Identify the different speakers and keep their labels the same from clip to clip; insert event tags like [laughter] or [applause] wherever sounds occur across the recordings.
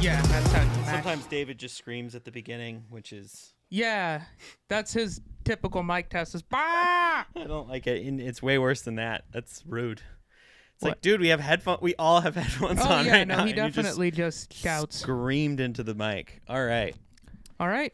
Speaker 1: Yeah, that sounds Mac.
Speaker 2: Sometimes David just screams at the beginning, which is
Speaker 1: Yeah, that's his typical mic test. Is
Speaker 2: [laughs]
Speaker 1: bah!
Speaker 2: I don't like it. And it's way worse than that. That's rude. It's like,
Speaker 1: What?
Speaker 2: dude, we have headphone. We all have [laughs] headphones
Speaker 1: Oh
Speaker 2: on
Speaker 1: yeah,
Speaker 2: right
Speaker 1: no,
Speaker 2: now.
Speaker 1: he
Speaker 2: and you just
Speaker 1: definitely just, shouts.
Speaker 2: screamed into the mic. All right.
Speaker 1: All right,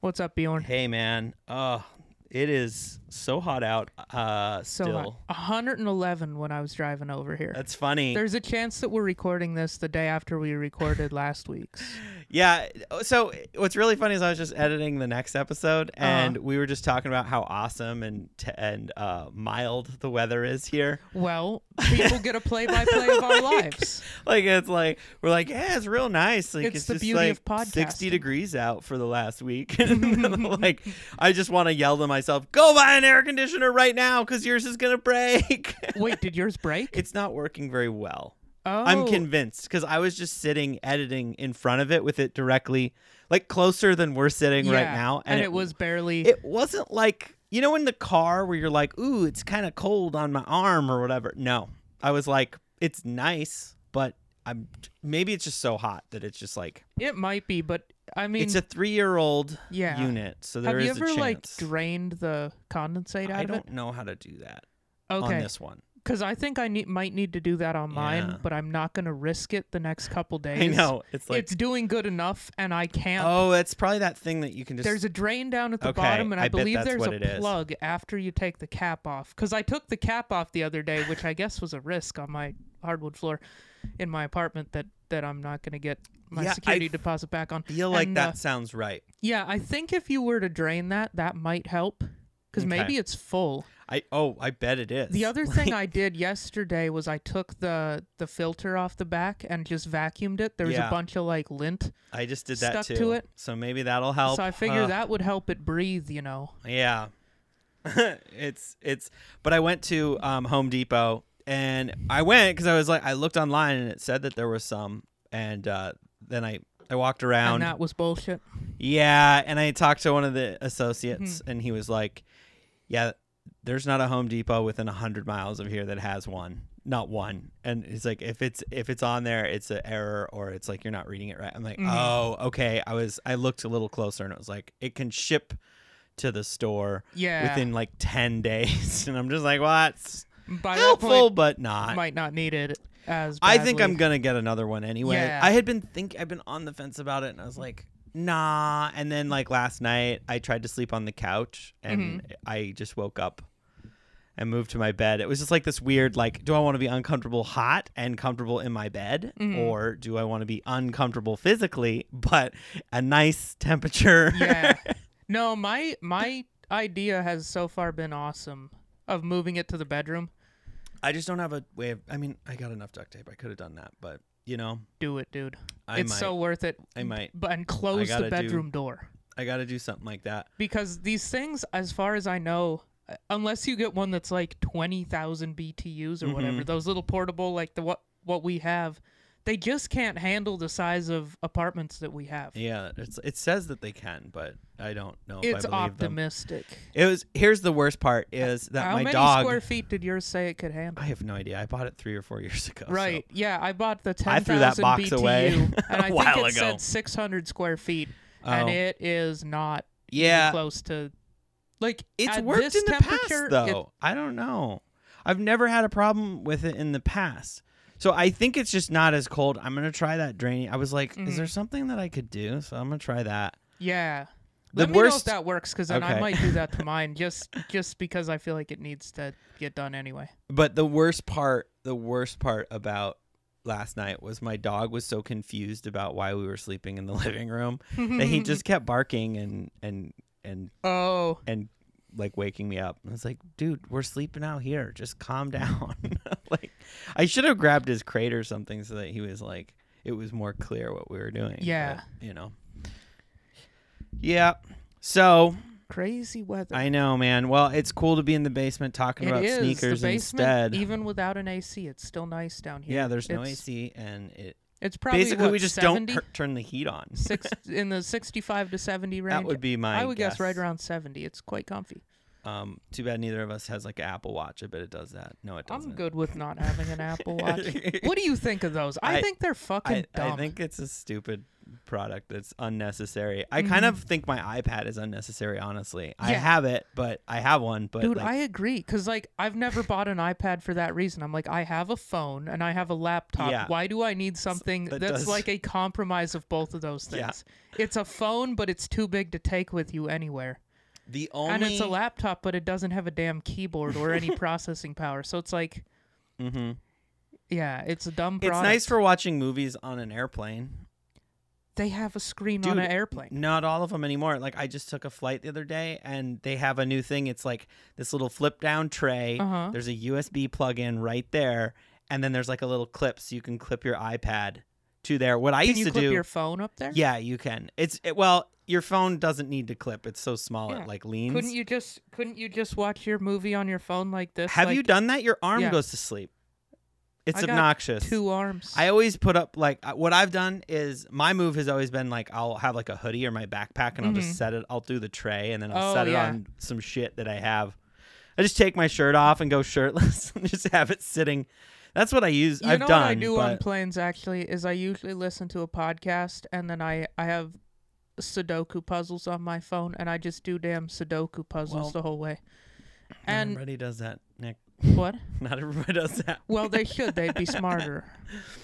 Speaker 1: what's up, Bjorn?
Speaker 2: Hey, man. Oh, it is so hot out. Uh,
Speaker 1: So
Speaker 2: still.
Speaker 1: hot. 111 when I was driving over here.
Speaker 2: That's funny.
Speaker 1: There's a chance that we're recording this the day after we recorded last week's.
Speaker 2: [laughs] Yeah. So what's really funny is I was just editing the next episode,
Speaker 1: Uh-huh.
Speaker 2: and we were just talking about how awesome and t- and uh, mild the weather is here.
Speaker 1: Well, people get a play-by-play of our lives.
Speaker 2: [laughs] Like it's like we're like, yeah, it's real nice. Like
Speaker 1: It's the
Speaker 2: just
Speaker 1: beauty
Speaker 2: like
Speaker 1: of podcasting.
Speaker 2: Sixty degrees out for the
Speaker 1: [laughs]
Speaker 2: last week. [laughs] like I just want to yell to myself, go buy an air conditioner right now because yours is gonna break. [laughs]
Speaker 1: Wait, did yours break?
Speaker 2: it's not working very well.
Speaker 1: oh,
Speaker 2: I'm convinced because I was just sitting editing in front of it with it directly, like closer than we're sitting right
Speaker 1: yeah,
Speaker 2: now,
Speaker 1: and, it, was barely.
Speaker 2: it wasn't like you know in the car where you're like ooh it's kind of cold on my arm or whatever no i was like it's nice but i'm maybe it's just so hot that it's just like
Speaker 1: it might be, but I mean,
Speaker 2: it's a three-year-old
Speaker 1: Yeah.
Speaker 2: unit so there
Speaker 1: have
Speaker 2: is
Speaker 1: you ever
Speaker 2: a chance
Speaker 1: like drained the condensate out
Speaker 2: i
Speaker 1: of
Speaker 2: don't
Speaker 1: it?
Speaker 2: know how to do that
Speaker 1: Okay,
Speaker 2: on this one
Speaker 1: because I think I need might need to do that on mine,
Speaker 2: Yeah.
Speaker 1: but I'm not gonna risk it the next couple days.
Speaker 2: i know it's like
Speaker 1: it's doing good enough, and I can't.
Speaker 2: oh it's probably that thing that you can just
Speaker 1: there's a drain down at the
Speaker 2: Okay,
Speaker 1: bottom, and I,
Speaker 2: I bet
Speaker 1: believe
Speaker 2: that's
Speaker 1: there's
Speaker 2: what it
Speaker 1: a
Speaker 2: is.
Speaker 1: plug after you take the cap off. Because I took the cap off the other day, which I guess was a risk on my hardwood floor in my apartment that that I'm not gonna get my
Speaker 2: Yeah, I
Speaker 1: security
Speaker 2: f-
Speaker 1: deposit back on.
Speaker 2: feel like
Speaker 1: and, uh,
Speaker 2: that sounds right
Speaker 1: Yeah, I think if you were to drain that, that might help. Because
Speaker 2: Okay.
Speaker 1: maybe it's full.
Speaker 2: i oh i bet it is [laughs]
Speaker 1: The other thing I did yesterday was I took the the filter off the back and just vacuumed it. There was
Speaker 2: Yeah.
Speaker 1: a bunch of like lint,
Speaker 2: i just did that
Speaker 1: stuck
Speaker 2: too
Speaker 1: to it.
Speaker 2: so maybe that'll help
Speaker 1: so I figured
Speaker 2: Uh,
Speaker 1: that would help it breathe. You know.
Speaker 2: Yeah. [laughs] it's it's but I went to um, Home Depot and I went cuz I was like I looked online and it said that there was some and uh, then I I walked around.
Speaker 1: And that was bullshit.
Speaker 2: yeah, and I talked to one of the associates and he was like, "Yeah, there's not a Home Depot within 100 miles of here that has one." Not one. And he's like if it's if it's on there, it's an error or it's like you're not reading it right. I'm like, "Oh, okay." I was I looked a little closer and it was like it can ship to the store
Speaker 1: Yeah.
Speaker 2: within like 10 days [laughs] and i'm just like well that's
Speaker 1: By that
Speaker 2: helpful
Speaker 1: point,
Speaker 2: but not
Speaker 1: might not need it as.
Speaker 2: i think
Speaker 1: badly.
Speaker 2: i'm gonna get another one anyway
Speaker 1: Yeah.
Speaker 2: i had been think i've been on the fence about it and i was like nah and then like last night i tried to sleep on the couch and
Speaker 1: Mm-hmm.
Speaker 2: i just woke up and moved to my bed it was just like this weird like do i want to be uncomfortable hot and comfortable in my bed
Speaker 1: Mm-hmm.
Speaker 2: or do i want to be uncomfortable physically but a nice temperature
Speaker 1: yeah. No, my my idea has so far been awesome of moving it to the bedroom.
Speaker 2: [laughs] I just don't have a way of. I mean, I got enough duct tape. I could have done that, but you know,
Speaker 1: Do it, dude.
Speaker 2: I
Speaker 1: it's
Speaker 2: might.
Speaker 1: so worth it.
Speaker 2: I might.
Speaker 1: But and close
Speaker 2: gotta
Speaker 1: the
Speaker 2: do-
Speaker 1: bedroom door
Speaker 2: I got to do something like that.
Speaker 1: because these things, as far as I know, uh, unless you get one that's like twenty thousand BTUs or
Speaker 2: Mm-hmm.
Speaker 1: whatever, those little portable like the what what we have, they just can't handle the size of apartments that we have.
Speaker 2: Yeah, it's it says that they can, but I don't know. if I
Speaker 1: It's
Speaker 2: believe Them.
Speaker 1: optimistic.
Speaker 2: It was here's the worst part is that
Speaker 1: How
Speaker 2: my
Speaker 1: many
Speaker 2: dog.
Speaker 1: square feet did yours say it could handle?
Speaker 2: I have no idea. I bought it three or four years [laughs] ago. so-
Speaker 1: Right. Yeah, I bought the ten.
Speaker 2: I threw that box
Speaker 1: BTU,
Speaker 2: away [laughs]
Speaker 1: and I
Speaker 2: a while
Speaker 1: think it
Speaker 2: ago.
Speaker 1: said six hundred square feet, and
Speaker 2: Oh.
Speaker 1: it is not even
Speaker 2: Yeah,
Speaker 1: close to like
Speaker 2: it's
Speaker 1: at
Speaker 2: worked
Speaker 1: this
Speaker 2: in the past
Speaker 1: temperature, it-
Speaker 2: though. I don't know. I've never had a problem with it in the past. So I think it's just not as cold. I'm gonna try that draining. I was like,
Speaker 1: Mm-hmm.
Speaker 2: is there something that I could do? So I'm gonna try that.
Speaker 1: yeah.
Speaker 2: The
Speaker 1: Let me know if
Speaker 2: worst-
Speaker 1: that works, because then I
Speaker 2: Okay.
Speaker 1: might do that
Speaker 2: [laughs]
Speaker 1: to mine just just because I feel like it needs to get done anyway.
Speaker 2: But the worst part, the worst part about last night was my dog was so confused about why we were sleeping in the [laughs] living room that he just kept barking and and and
Speaker 1: Oh,
Speaker 2: and like waking me up. And I was like, "Dude, we're sleeping out here. Just calm [laughs] down." like I should have grabbed his crate or something so that he was like it was more clear what we were doing.
Speaker 1: Yeah.
Speaker 2: but, you know. Yeah. So,
Speaker 1: crazy weather.
Speaker 2: I know, man. Well, it's cool to be in the basement talking
Speaker 1: It
Speaker 2: about
Speaker 1: is.
Speaker 2: sneakers
Speaker 1: the basement,
Speaker 2: instead.
Speaker 1: even without an AC, it's still nice down here.
Speaker 2: Yeah, there's no
Speaker 1: It's-
Speaker 2: AC, and it
Speaker 1: It's probably
Speaker 2: basically
Speaker 1: what,
Speaker 2: we just
Speaker 1: 70? [laughs]
Speaker 2: don't tur- turn the heat on.
Speaker 1: six in the 65 to 70 range.
Speaker 2: That would be my.
Speaker 1: I would guess. right around 70. It's quite comfy.
Speaker 2: Um, too bad neither of us has like an Apple Watch. I bet it does that. No, it doesn't.
Speaker 1: I'm good with not having an Apple
Speaker 2: [laughs]
Speaker 1: Watch. what do you think of those? I,
Speaker 2: I-
Speaker 1: think they're fucking
Speaker 2: I,
Speaker 1: dumb.
Speaker 2: I think it's a stupid product that's unnecessary. I kind of think my iPad is unnecessary, honestly. I
Speaker 1: Mm-hmm. Yeah.
Speaker 2: have it, but I have one, but
Speaker 1: Dude,
Speaker 2: like,
Speaker 1: I agree. Because, like, I've never bought an iPad for that reason. I'm like, I have a phone and I have a laptop.
Speaker 2: Yeah.
Speaker 1: Why do I need something
Speaker 2: that
Speaker 1: that's
Speaker 2: does-
Speaker 1: like a compromise of both of those
Speaker 2: Yeah.
Speaker 1: things? It's a phone, but it's too big to take with you anywhere.
Speaker 2: the only
Speaker 1: And it's a laptop, but it doesn't have a damn keyboard or
Speaker 2: [laughs]
Speaker 1: any processing power. So it's like,
Speaker 2: Mhm.
Speaker 1: yeah, it's a dumb
Speaker 2: It's
Speaker 1: product.
Speaker 2: nice for watching movies on an airplane.
Speaker 1: They have a screen on
Speaker 2: Dude,
Speaker 1: an airplane.
Speaker 2: Not all of them anymore. Like I just took a flight the other day, and they have a new thing. It's like this little flip down tray.
Speaker 1: Uh-huh.
Speaker 2: There's a USB plug in right there, and then there's like a little clip so you can clip your iPad to there. What I
Speaker 1: Can
Speaker 2: used
Speaker 1: you
Speaker 2: to
Speaker 1: clip
Speaker 2: do,
Speaker 1: your phone up there?
Speaker 2: yeah, you can. It's it, well, your phone doesn't need to clip. It's so small
Speaker 1: Yeah.
Speaker 2: it like leans.
Speaker 1: Couldn't you just couldn't you just watch your movie on your phone like this?
Speaker 2: have you
Speaker 1: like,
Speaker 2: done that? Your arm
Speaker 1: Yeah.
Speaker 2: goes to sleep. It's
Speaker 1: I got
Speaker 2: obnoxious.
Speaker 1: two arms?
Speaker 2: I always put up like I- what I've done is my move has always been like I'll have like a hoodie or my backpack and I'll
Speaker 1: Mhm.
Speaker 2: just set it. I'll do the tray and then I'll
Speaker 1: Oh,
Speaker 2: set it
Speaker 1: yeah.
Speaker 2: on some shit that I have. I just take my shirt off and go shirtless [laughs] and just have it sitting. That's what I use.
Speaker 1: You
Speaker 2: I've
Speaker 1: know
Speaker 2: done.
Speaker 1: what I do on
Speaker 2: but-
Speaker 1: planes actually is I usually listen to a podcast and then I I have Sudoku puzzles on my phone and I just do damn Sudoku puzzles
Speaker 2: Well-
Speaker 1: the whole way.
Speaker 2: Not
Speaker 1: And
Speaker 2: everybody does that, Nick. [laughs]
Speaker 1: what?
Speaker 2: Not everybody does that.
Speaker 1: Well, they should. They'd be smarter.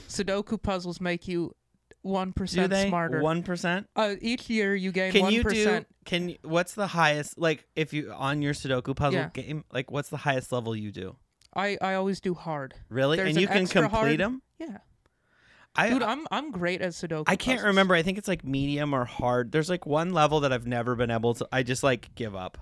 Speaker 1: Sudoku puzzles make you one
Speaker 2: Do
Speaker 1: percent
Speaker 2: they?
Speaker 1: smarter.
Speaker 2: One percent.
Speaker 1: uh, each year you gain
Speaker 2: Can
Speaker 1: one
Speaker 2: you do? Can you- what's the highest like if you on your Sudoku puzzle
Speaker 1: Yeah.
Speaker 2: game? Like what's the highest level you do?
Speaker 1: I I always do hard.
Speaker 2: Really?
Speaker 1: There's
Speaker 2: and
Speaker 1: an
Speaker 2: you can
Speaker 1: extra
Speaker 2: complete
Speaker 1: hard-
Speaker 2: them.
Speaker 1: Yeah,
Speaker 2: I,
Speaker 1: dude, I'm I'm great at Sudoku.
Speaker 2: Eh, uh, I can't
Speaker 1: puzzles.
Speaker 2: remember. I think it's like medium or hard. There's like one level that I've never been able to. I just like give up.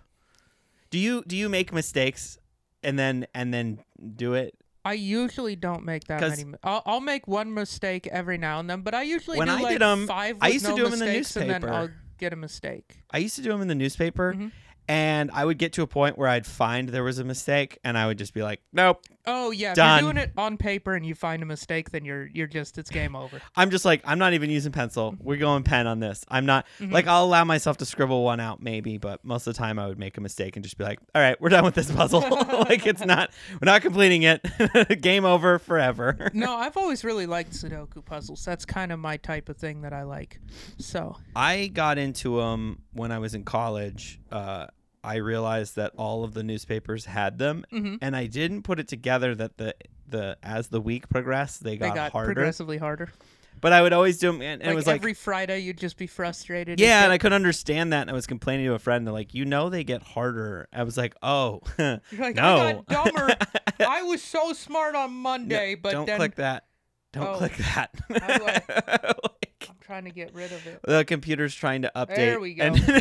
Speaker 2: Do you do you make mistakes and then and then do it?
Speaker 1: I usually don't make that
Speaker 2: 'Cause-
Speaker 1: many. mi- I'll, I'll make one mistake every now and then, but I usually
Speaker 2: When
Speaker 1: do
Speaker 2: I
Speaker 1: like
Speaker 2: did 'em,
Speaker 1: five. With
Speaker 2: I used to
Speaker 1: no
Speaker 2: do 'em in the
Speaker 1: mistakes, and then
Speaker 2: newspaper.
Speaker 1: I'll get a mistake.
Speaker 2: I used to do them in the newspaper,
Speaker 1: Mhm.
Speaker 2: and I would get to a point where I'd find there was a mistake, and I would just be like, "Nope."
Speaker 1: Oh yeah, if
Speaker 2: Done.
Speaker 1: you're doing it on paper and you find a mistake, then you're you're just it's game
Speaker 2: [laughs]
Speaker 1: over.
Speaker 2: I'm just like, I'm not even using pencil. We're going pen on this. I'm not like I'll allow myself to scribble one out maybe, but most of the time I would make a mistake and just be like, "All right, we're done with this puzzle. [laughs] like it's not, we're not completing it. [laughs] Game over forever."
Speaker 1: no, I've always really liked Sudoku puzzles. That's kind of my type of thing that I like. So
Speaker 2: I got into them when I was in college. Uh, I realized that all of the newspapers had them,
Speaker 1: Mm-hmm.
Speaker 2: and I didn't put it together that the the as the week progressed, they
Speaker 1: they
Speaker 2: got,
Speaker 1: got
Speaker 2: harder.
Speaker 1: progressively harder.
Speaker 2: But I would always do them, and, and
Speaker 1: like
Speaker 2: it was like,
Speaker 1: every Friday, you'd just be frustrated.
Speaker 2: yeah, and I couldn't understand that. And I was complaining to a friend, they're like, you know, they get harder. I was like, oh,
Speaker 1: [laughs]
Speaker 2: [laughs]
Speaker 1: You're like,
Speaker 2: no,
Speaker 1: I got
Speaker 2: [laughs]
Speaker 1: dumber. I was so smart on Monday, but
Speaker 2: don't
Speaker 1: then
Speaker 2: click that, don't
Speaker 1: Oh.
Speaker 2: click that.
Speaker 1: How do
Speaker 2: [laughs] Like,
Speaker 1: I'm trying to get rid of it.
Speaker 2: the computer's trying to update.
Speaker 1: There we go.
Speaker 2: [laughs] and then,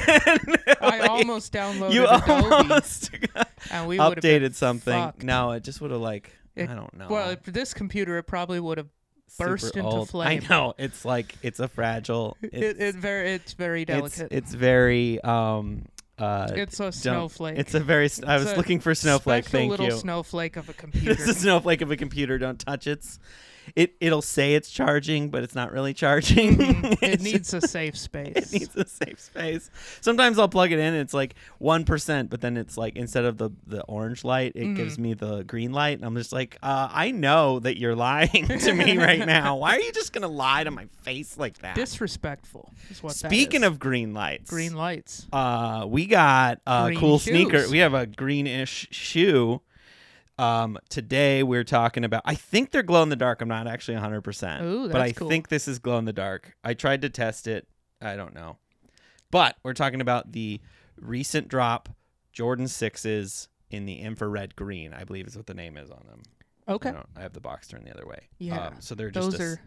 Speaker 1: I
Speaker 2: [laughs] like,
Speaker 1: almost downloaded
Speaker 2: you
Speaker 1: Adobe,
Speaker 2: almost [laughs]
Speaker 1: and we would have
Speaker 2: updated something.
Speaker 1: fucked.
Speaker 2: No, it just would have like
Speaker 1: It-
Speaker 2: I don't know.
Speaker 1: Well, if this computer, it probably would have.
Speaker 2: Super
Speaker 1: burst into
Speaker 2: old. [laughs]
Speaker 1: flame.
Speaker 2: I know it's like it's a fragile. It's
Speaker 1: [laughs] It, it very, it's very
Speaker 2: it's,
Speaker 1: delicate.
Speaker 2: it's very um uh.
Speaker 1: It's a
Speaker 2: don't-
Speaker 1: snowflake.
Speaker 2: It's a very. s- I
Speaker 1: It's
Speaker 2: was
Speaker 1: a
Speaker 2: looking for snowflake.
Speaker 1: Special
Speaker 2: Thank
Speaker 1: little
Speaker 2: you. [laughs]
Speaker 1: snowflake of a
Speaker 2: It's
Speaker 1: computer.
Speaker 2: a snowflake of a computer. Don't touch it's. It it'll say it's charging, but it's not really charging.
Speaker 1: Mm-hmm. it
Speaker 2: [laughs] It's
Speaker 1: needs a safe space.
Speaker 2: [laughs] it needs a safe space. Sometimes I'll plug it in and it's like 1%, but then it's like instead of the, the orange light, it
Speaker 1: Mm-hmm.
Speaker 2: gives me the green light. And I'm just like, uh, I know that you're lying to
Speaker 1: [laughs]
Speaker 2: me right now. Why are you just going to lie to my face like that?
Speaker 1: [laughs] Disrespectful is what. that
Speaker 2: Speaking
Speaker 1: is.
Speaker 2: of green lights,
Speaker 1: green lights,
Speaker 2: uh, we got a
Speaker 1: Green
Speaker 2: cool
Speaker 1: shoes.
Speaker 2: sneaker. We have a greenish shoe. Um, today we're talking about. I think they're glow in the dark. I'm not actually 100, percent
Speaker 1: Ooh,
Speaker 2: but I
Speaker 1: that's cool.
Speaker 2: think this is glow in the dark. I tried to test it. I don't know, but we're talking about the recent drop Jordan sixes in the infrared green. I believe is what the name is on them.
Speaker 1: okay,
Speaker 2: I, don't, I have the box turned the other way.
Speaker 1: Yeah,
Speaker 2: Um, so they're just
Speaker 1: those
Speaker 2: a s-
Speaker 1: are.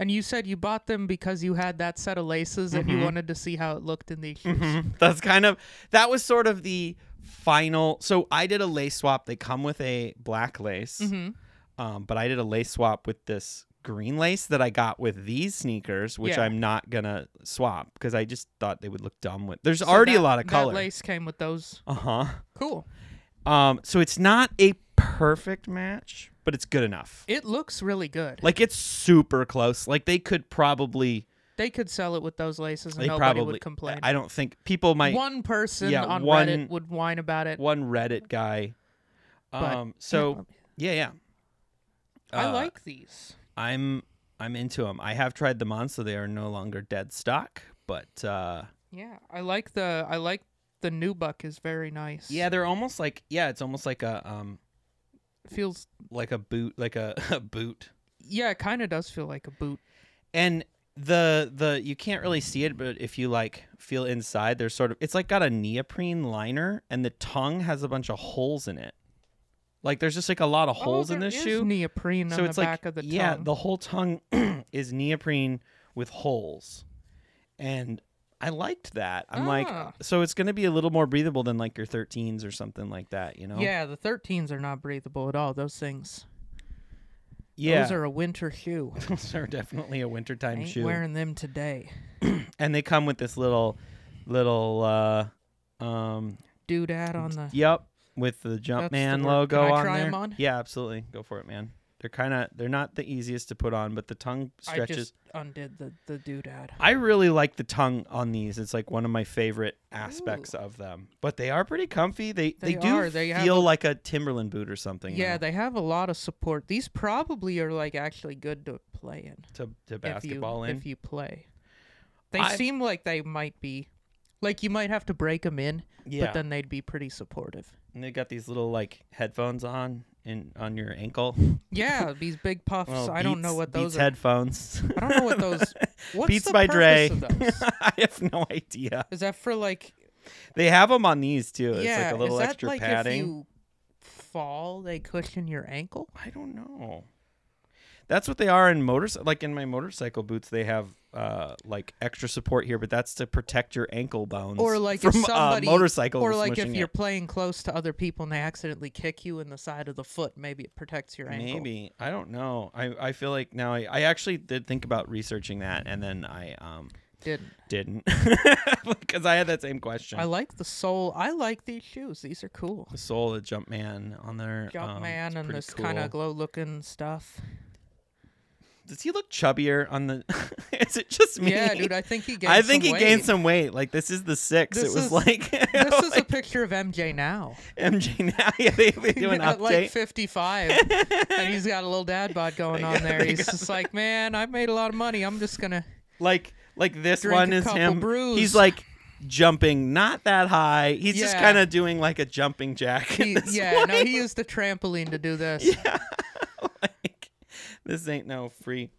Speaker 1: And you said you bought them because you had that set of laces and
Speaker 2: Mm-hmm.
Speaker 1: you wanted to see how it looked in the shoes. [laughs]
Speaker 2: Mhm. That's kind of that was sort of the final. So I did a lace swap. They come with a black lace,
Speaker 1: Mhm.
Speaker 2: um, but I did a lace swap with this green lace that I got with these sneakers, which
Speaker 1: Yeah.
Speaker 2: I'm not gonna swap because I just thought they would look dumb with. There's
Speaker 1: So
Speaker 2: already
Speaker 1: that-
Speaker 2: a lot of
Speaker 1: That
Speaker 2: color.
Speaker 1: lace came with those.
Speaker 2: Uh huh.
Speaker 1: Cool.
Speaker 2: Um, so it's not a perfect match, but it's good enough.
Speaker 1: It looks really good.
Speaker 2: Like it's super close. Like they could probably
Speaker 1: They could sell it with those laces and
Speaker 2: They
Speaker 1: nobody
Speaker 2: probably
Speaker 1: would complain.
Speaker 2: I don't think people might
Speaker 1: one person
Speaker 2: yeah,
Speaker 1: on
Speaker 2: one-
Speaker 1: Reddit would whine about it.
Speaker 2: one Reddit guy.
Speaker 1: But-
Speaker 2: Um, so yeah, yeah.
Speaker 1: I
Speaker 2: Uh,
Speaker 1: like these.
Speaker 2: I'm I'm into them. I have tried them on, so they are no longer dead stock. But uh,
Speaker 1: Yeah, I like the I like the new buck is very nice.
Speaker 2: yeah, they're almost like yeah, it's almost like a um
Speaker 1: It feels
Speaker 2: like a boot like a, [laughs] a boot.
Speaker 1: yeah, it kind of does feel like a boot.
Speaker 2: And the the you can't really see it, but if you like feel inside, there's sort of it's like got a neoprene liner, and the tongue has a bunch of holes in it. Like there's just like a lot of holes
Speaker 1: oh,
Speaker 2: in
Speaker 1: there
Speaker 2: this
Speaker 1: is
Speaker 2: shoe.
Speaker 1: neoprene
Speaker 2: so
Speaker 1: on
Speaker 2: it's
Speaker 1: the
Speaker 2: like
Speaker 1: back of the
Speaker 2: yeah
Speaker 1: tongue.
Speaker 2: the whole tongue [clears throat] is neoprene with holes and i liked that i'm
Speaker 1: Ah.
Speaker 2: like so it's going to be a little more breathable than like your 13s or something like that you know
Speaker 1: yeah, the 13s are not breathable at all. Those things.
Speaker 2: yeah
Speaker 1: Those are a winter shoe.
Speaker 2: [laughs] Those are definitely a wintertime
Speaker 1: Ain't
Speaker 2: shoe
Speaker 1: wearing them today.
Speaker 2: and they come with this little little uh um
Speaker 1: Dude, add on the
Speaker 2: yep with the
Speaker 1: That's the
Speaker 2: jumpman
Speaker 1: word.
Speaker 2: logo
Speaker 1: Can I
Speaker 2: on
Speaker 1: try
Speaker 2: there
Speaker 1: 'em on?
Speaker 2: yeah absolutely go for it man they're kind of they're not the easiest to put on but the tongue
Speaker 1: I
Speaker 2: stretches
Speaker 1: just undid the the doodad.
Speaker 2: I really like the tongue on these. It's like one of my favorite aspects of them. But they are pretty comfy. They they,
Speaker 1: They
Speaker 2: do
Speaker 1: are. They have a-
Speaker 2: feel like a Timberland boot or something.
Speaker 1: Yeah,
Speaker 2: though,
Speaker 1: they have a lot of support. These probably are like actually good to play in.
Speaker 2: to to basketball
Speaker 1: if you,
Speaker 2: in.
Speaker 1: if you play. They
Speaker 2: I-
Speaker 1: seem like they might be, like you might have to break them in,
Speaker 2: Yeah.
Speaker 1: but then they'd be pretty supportive.
Speaker 2: and they got these little like headphones on in on your ankle.
Speaker 1: Yeah, these big puffs.
Speaker 2: Little
Speaker 1: I don't know
Speaker 2: Beats-
Speaker 1: what those
Speaker 2: Beats
Speaker 1: are.
Speaker 2: headphones. [laughs]
Speaker 1: I don't know what those. What's
Speaker 2: Beats
Speaker 1: the
Speaker 2: by Dre.
Speaker 1: purpose Of those?
Speaker 2: [laughs] I have no idea.
Speaker 1: Is that for like?
Speaker 2: They have them on these too. It's
Speaker 1: yeah,
Speaker 2: like a little
Speaker 1: is that
Speaker 2: extra
Speaker 1: like
Speaker 2: padding.
Speaker 1: If you fall, they cushion your ankle.
Speaker 2: I don't know. That's what they are in motors. Like in my motorcycle boots, they have uh like extra support here, but that's to protect your ankle bones.
Speaker 1: Or like
Speaker 2: from uh,
Speaker 1: if somebody
Speaker 2: a motorcycle,
Speaker 1: or like if
Speaker 2: smushing
Speaker 1: you're
Speaker 2: it.
Speaker 1: playing close to other people and they accidentally kick you in the side of the foot, maybe it protects your ankle.
Speaker 2: maybe I don't know. I I feel like now I I actually did think about researching that, and then I um
Speaker 1: Didn't.
Speaker 2: didn't [laughs] because I had that same question.
Speaker 1: I like the sole. I like these shoes. These are cool.
Speaker 2: the soul of Jumpman on there. um,
Speaker 1: Jumpman
Speaker 2: it's
Speaker 1: and
Speaker 2: pretty
Speaker 1: this kind
Speaker 2: cool.
Speaker 1: of glow looking stuff.
Speaker 2: Does he look chubbier on the? [laughs] Is it just [laughs] me?
Speaker 1: Yeah, dude, I think he gained
Speaker 2: I think he
Speaker 1: some
Speaker 2: gained
Speaker 1: weight.
Speaker 2: some weight. Like this is the six.
Speaker 1: This
Speaker 2: it was
Speaker 1: is-
Speaker 2: [laughs]
Speaker 1: [laughs]
Speaker 2: like
Speaker 1: This is a picture of MJ
Speaker 2: [laughs]
Speaker 1: now.
Speaker 2: MJ now. Yeah, they,
Speaker 1: [laughs]
Speaker 2: they do an
Speaker 1: At like
Speaker 2: update. [laughs]
Speaker 1: 55. and he's got a little dad bod going on there. He's just like, man, I've made a lot of money. I'm just going to.
Speaker 2: Like like this
Speaker 1: Drink
Speaker 2: one
Speaker 1: a
Speaker 2: is
Speaker 1: couple
Speaker 2: him.
Speaker 1: brews.
Speaker 2: He's like jumping not that high. He's just
Speaker 1: Yeah.
Speaker 2: kind of doing like a jumping jack. [laughs] in this [laughs]
Speaker 1: Yeah, no, he used the trampoline to do this.
Speaker 2: like, this ain't no free.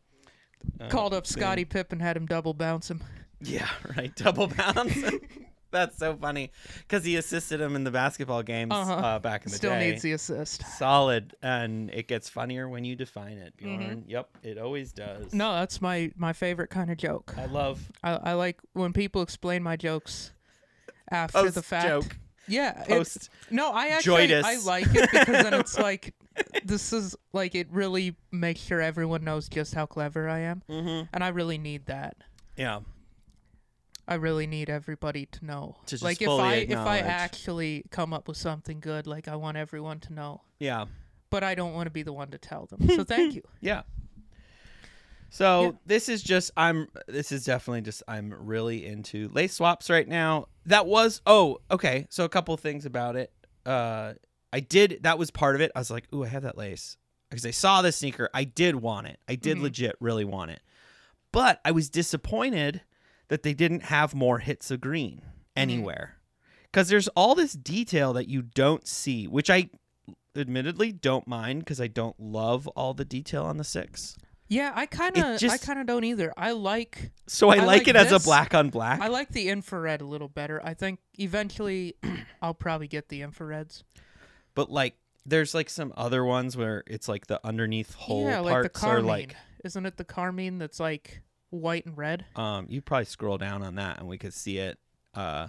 Speaker 2: uh,
Speaker 1: Called up
Speaker 2: thing.
Speaker 1: Scottie Pippen, had him double bounce him.
Speaker 2: Yeah, right.
Speaker 1: [laughs]
Speaker 2: Double bounce. That's so funny because he assisted him in the basketball games uh
Speaker 1: Uh-huh.
Speaker 2: back in the
Speaker 1: Still
Speaker 2: day.
Speaker 1: needs the assist.
Speaker 2: Solid, and it gets funnier when you define it, Bjorn. Yep, it always does.
Speaker 1: Mm-hmm. No, that's my, my favorite kind of joke.
Speaker 2: I love
Speaker 1: I, I like when people explain my jokes after the
Speaker 2: Post
Speaker 1: fact.
Speaker 2: joke.
Speaker 1: Yeah. it-
Speaker 2: post.
Speaker 1: no, I actually I
Speaker 2: joyous.
Speaker 1: like it because then
Speaker 2: [laughs]
Speaker 1: it's like this is like it really makes sure everyone knows just how clever I am, mm-hmm. and I really need that.
Speaker 2: Yeah.
Speaker 1: I really need everybody to know.
Speaker 2: To just
Speaker 1: like if
Speaker 2: fully
Speaker 1: I if I
Speaker 2: acknowledge.
Speaker 1: actually come up with something good, like I want everyone to know,
Speaker 2: Yeah.
Speaker 1: but I don't want to be the one to tell
Speaker 2: [laughs]
Speaker 1: them. So thank you.
Speaker 2: Yeah. So this is just I'm this is definitely just I'm really into lace swaps right now. That was oh, okay. So a couple things about it. Uh I did that was part of it. I was like, "Ooh, I have that lace." Because I saw this sneaker, I did want it. I did legit really want it. But I was disappointed that they didn't have more hits of green anywhere. Cuz there's all this detail that you don't see, which I admittedly don't mind because I don't love all the detail on the six.
Speaker 1: Yeah, I kind of I
Speaker 2: just-
Speaker 1: kind of don't either. I like
Speaker 2: So I, like,
Speaker 1: like
Speaker 2: it as
Speaker 1: this.
Speaker 2: a black on black.
Speaker 1: I like the infrared a little better. I think eventually [clears throat] I'll probably get the infrareds.
Speaker 2: but like there's like some other ones where it's like the underneath whole
Speaker 1: yeah, like the
Speaker 2: parts are
Speaker 1: carmine.
Speaker 2: like
Speaker 1: Isn't it the carmine that's like white and red?
Speaker 2: um you probably scroll down on that and we could see it uh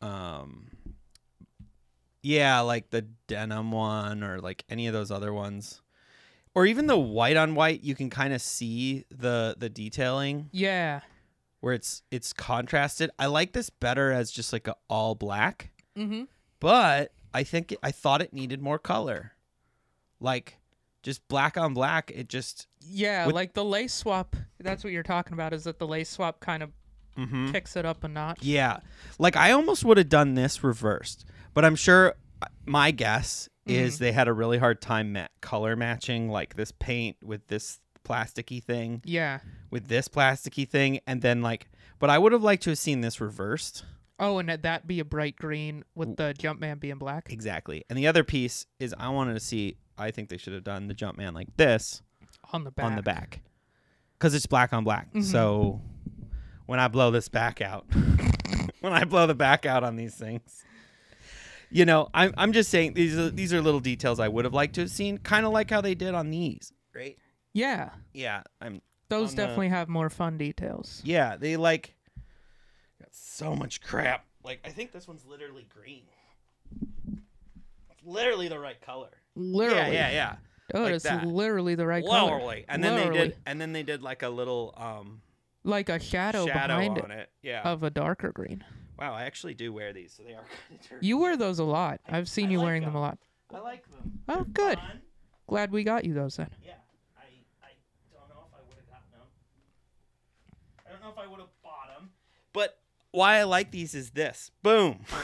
Speaker 2: um yeah like the denim one or like any of those other ones or even the white on white you can kind of see the the detailing
Speaker 1: Yeah.
Speaker 2: where it's it's contrasted. I like this better as just like a all black,
Speaker 1: Mhm.
Speaker 2: but I think it, I thought it needed more color. Like just black on black, it just
Speaker 1: Yeah,
Speaker 2: With-
Speaker 1: like the lace swap. That's what you're talking about. Is that the lace swap kind of
Speaker 2: mm-hmm.
Speaker 1: kicks it up a notch?
Speaker 2: Yeah. Like I almost would have done this reversed, but I'm sure uh, my guess is they had a really hard time ma- color matching like this paint with this plasticky thing
Speaker 1: Yeah.
Speaker 2: with this plasticky thing and then like but I would have liked to have seen this reversed.
Speaker 1: Oh, and that be a bright green with the Jumpman being black.
Speaker 2: Exactly. And the other piece is I wanted to see I think they should have done the jump man like this
Speaker 1: on the back. Mm-hmm.
Speaker 2: on the back. Cuz it's black on black. So when I blow this back out, [laughs] when I blow the back out on these things, you know, I'm I'm just saying these are these are little details I would have liked to have seen, kind of like how they did on these. Right?
Speaker 1: Yeah,
Speaker 2: Yeah, I'm
Speaker 1: those
Speaker 2: On the-
Speaker 1: definitely have more fun details.
Speaker 2: yeah, they like got so much crap. Like I think this one's literally green. It's literally the right color.
Speaker 1: Literally,
Speaker 2: Yeah, yeah, yeah.
Speaker 1: Oh,
Speaker 2: like
Speaker 1: it's
Speaker 2: that.
Speaker 1: literally the right color.
Speaker 2: Literally. And then they
Speaker 1: Literally.
Speaker 2: did and then they did like a little um
Speaker 1: like a shadow,
Speaker 2: shadow
Speaker 1: behind
Speaker 2: on
Speaker 1: it
Speaker 2: it. Yeah.
Speaker 1: of a darker green.
Speaker 2: Wow, I actually do wear these, so they are [laughs] kind of dirty.
Speaker 1: You wear those a lot. I've seen
Speaker 2: I
Speaker 1: you
Speaker 2: like
Speaker 1: wearing them.
Speaker 2: them.
Speaker 1: a lot.
Speaker 2: I like them.
Speaker 1: Oh,
Speaker 2: They're
Speaker 1: good.
Speaker 2: fun.
Speaker 1: Glad we got you those then.
Speaker 2: Yeah, I, I don't know if I would have gotten them. I don't know if I would have bought them. But why I like these is this. Boom. [laughs]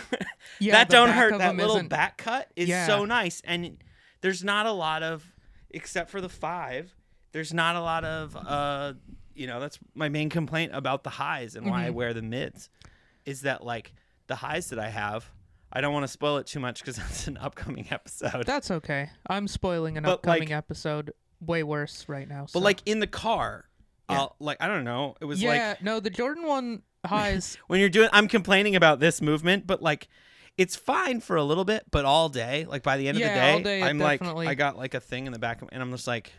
Speaker 1: Yeah,
Speaker 2: that
Speaker 1: the
Speaker 2: don't
Speaker 1: back
Speaker 2: hurt.
Speaker 1: of
Speaker 2: That
Speaker 1: them
Speaker 2: little
Speaker 1: isn't-
Speaker 2: back cut is
Speaker 1: Yeah.
Speaker 2: so nice, and there's not a lot of, except for the five. There's not a lot of, uh, you know, that's my main complaint about the highs and
Speaker 1: Mm-hmm.
Speaker 2: why I wear the mids, is that like the highs that I have. I don't want to spoil it too much because [laughs] that's an upcoming episode.
Speaker 1: That's okay. I'm spoiling an
Speaker 2: But,
Speaker 1: upcoming
Speaker 2: like-
Speaker 1: episode. Way worse right now.
Speaker 2: but like in the car, I'll, like I don't know. It was
Speaker 1: yeah,
Speaker 2: like
Speaker 1: no, the Jordan one
Speaker 2: [laughs]
Speaker 1: highs.
Speaker 2: when you're doing. I'm complaining about this movement, but like. It's fine for a little bit, but all day, like by the end
Speaker 1: Yeah, all
Speaker 2: of the
Speaker 1: day
Speaker 2: day,
Speaker 1: it
Speaker 2: I'm like,
Speaker 1: definitely-
Speaker 2: I got like a thing in the back, of, and I'm just like,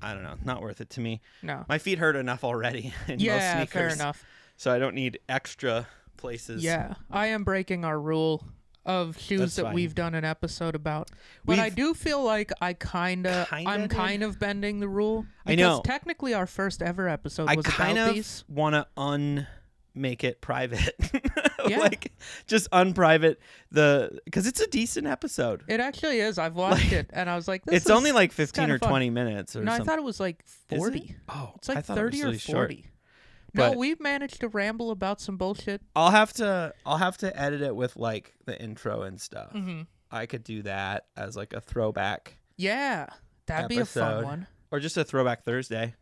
Speaker 2: I don't know, not worth it to me.
Speaker 1: no.
Speaker 2: My feet hurt enough already [laughs] in
Speaker 1: Yeah,
Speaker 2: most
Speaker 1: fair
Speaker 2: sneakers,
Speaker 1: enough.
Speaker 2: so I don't need extra places.
Speaker 1: Yeah, I am breaking our rule of shoes
Speaker 2: That's
Speaker 1: that
Speaker 2: fine.
Speaker 1: we've done an episode about. But I
Speaker 2: We've-
Speaker 1: do feel like I kinda,
Speaker 2: Kinda
Speaker 1: I'm
Speaker 2: did?
Speaker 1: kind of bending the rule.
Speaker 2: I
Speaker 1: because
Speaker 2: know.
Speaker 1: Technically, our first ever episode
Speaker 2: I
Speaker 1: was
Speaker 2: kind
Speaker 1: about
Speaker 2: of
Speaker 1: these.
Speaker 2: want to un make it private, [laughs]
Speaker 1: Yeah.
Speaker 2: like just unprivate the because it's a decent episode.
Speaker 1: It actually is. I've watched it, and I was like, this
Speaker 2: it's
Speaker 1: is-
Speaker 2: only like
Speaker 1: it's
Speaker 2: 15
Speaker 1: kinda
Speaker 2: or
Speaker 1: fun.
Speaker 2: 20 minutes or
Speaker 1: No, I
Speaker 2: something.
Speaker 1: thought it was like
Speaker 2: Is it?
Speaker 1: forty.
Speaker 2: Oh,
Speaker 1: It's like
Speaker 2: I thought it was
Speaker 1: thirty or
Speaker 2: really short.
Speaker 1: forty. No,
Speaker 2: But-
Speaker 1: we've managed to ramble about some bullshit.
Speaker 2: I'll have to I'll have to edit it with like the intro and stuff.
Speaker 1: Mm-hmm.
Speaker 2: I could do that as like a throwback
Speaker 1: Yeah, that'd be a fun
Speaker 2: episode.
Speaker 1: one.
Speaker 2: or just a throwback Thursday.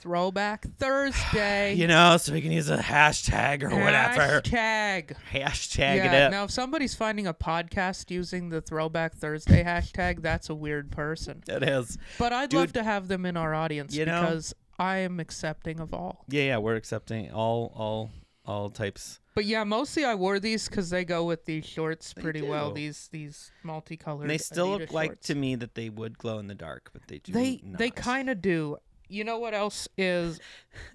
Speaker 1: Throwback Thursday.
Speaker 2: [sighs] You know, [laughs] so we can use a hashtag or whatever.
Speaker 1: Hashtag.
Speaker 2: Hashtag it
Speaker 1: yeah.
Speaker 2: up.
Speaker 1: Now, if somebody's finding a podcast using the Throwback Thursday hashtag, that's a weird person.
Speaker 2: It is.
Speaker 1: But I'd love to have them in our audience
Speaker 2: you know-
Speaker 1: because I am accepting of all.
Speaker 2: Yeah, yeah, we're accepting all all all types.
Speaker 1: But yeah, mostly I wore these because they go with these shorts pretty well.
Speaker 2: do.
Speaker 1: These these multicolored.
Speaker 2: And they still
Speaker 1: Adidas
Speaker 2: look like
Speaker 1: shorts.
Speaker 2: to me that they would glow in the dark, but they do
Speaker 1: They
Speaker 2: not.
Speaker 1: they kind of do. You know what else
Speaker 2: [laughs]
Speaker 1: is?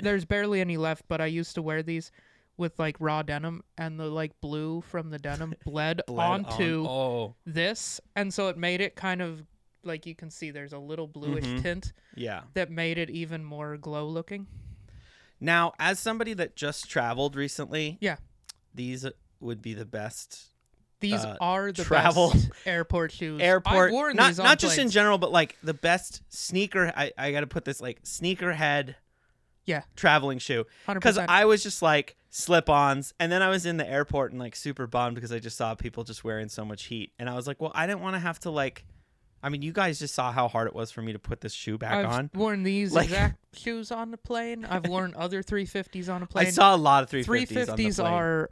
Speaker 1: There's barely any left, but I used to wear these with like raw denim, and the like blue from the
Speaker 2: [laughs]
Speaker 1: denim bled,
Speaker 2: Bled on-
Speaker 1: onto
Speaker 2: Oh,
Speaker 1: this, and so it made it kind of like you can see there's a little bluish
Speaker 2: Mm-hmm.
Speaker 1: tint
Speaker 2: yeah.
Speaker 1: that made it even more glow looking.
Speaker 2: Now, as somebody that just traveled recently,
Speaker 1: Yeah,
Speaker 2: these would be the best
Speaker 1: these
Speaker 2: Uh,
Speaker 1: are the
Speaker 2: travel-
Speaker 1: best airport shoes.
Speaker 2: [laughs] airport
Speaker 1: I've worn
Speaker 2: not
Speaker 1: these on
Speaker 2: not just in
Speaker 1: planes.
Speaker 2: general but like the best sneaker i, I gotta put this like sneakerhead
Speaker 1: Yeah,
Speaker 2: traveling shoe because
Speaker 1: 100%.
Speaker 2: i was just like slip-ons and then i was in the airport and like super bummed because i just saw people just wearing so much heat and i was like well i didn't want to have to like i mean you guys just saw how hard it was for me to put this shoe back
Speaker 1: I've
Speaker 2: on
Speaker 1: worn these
Speaker 2: Like-
Speaker 1: exact shoes on the plane.
Speaker 2: [laughs]
Speaker 1: I've worn other 350s on a plane.
Speaker 2: i saw a lot of 350s, on the
Speaker 1: 350s
Speaker 2: plane.
Speaker 1: are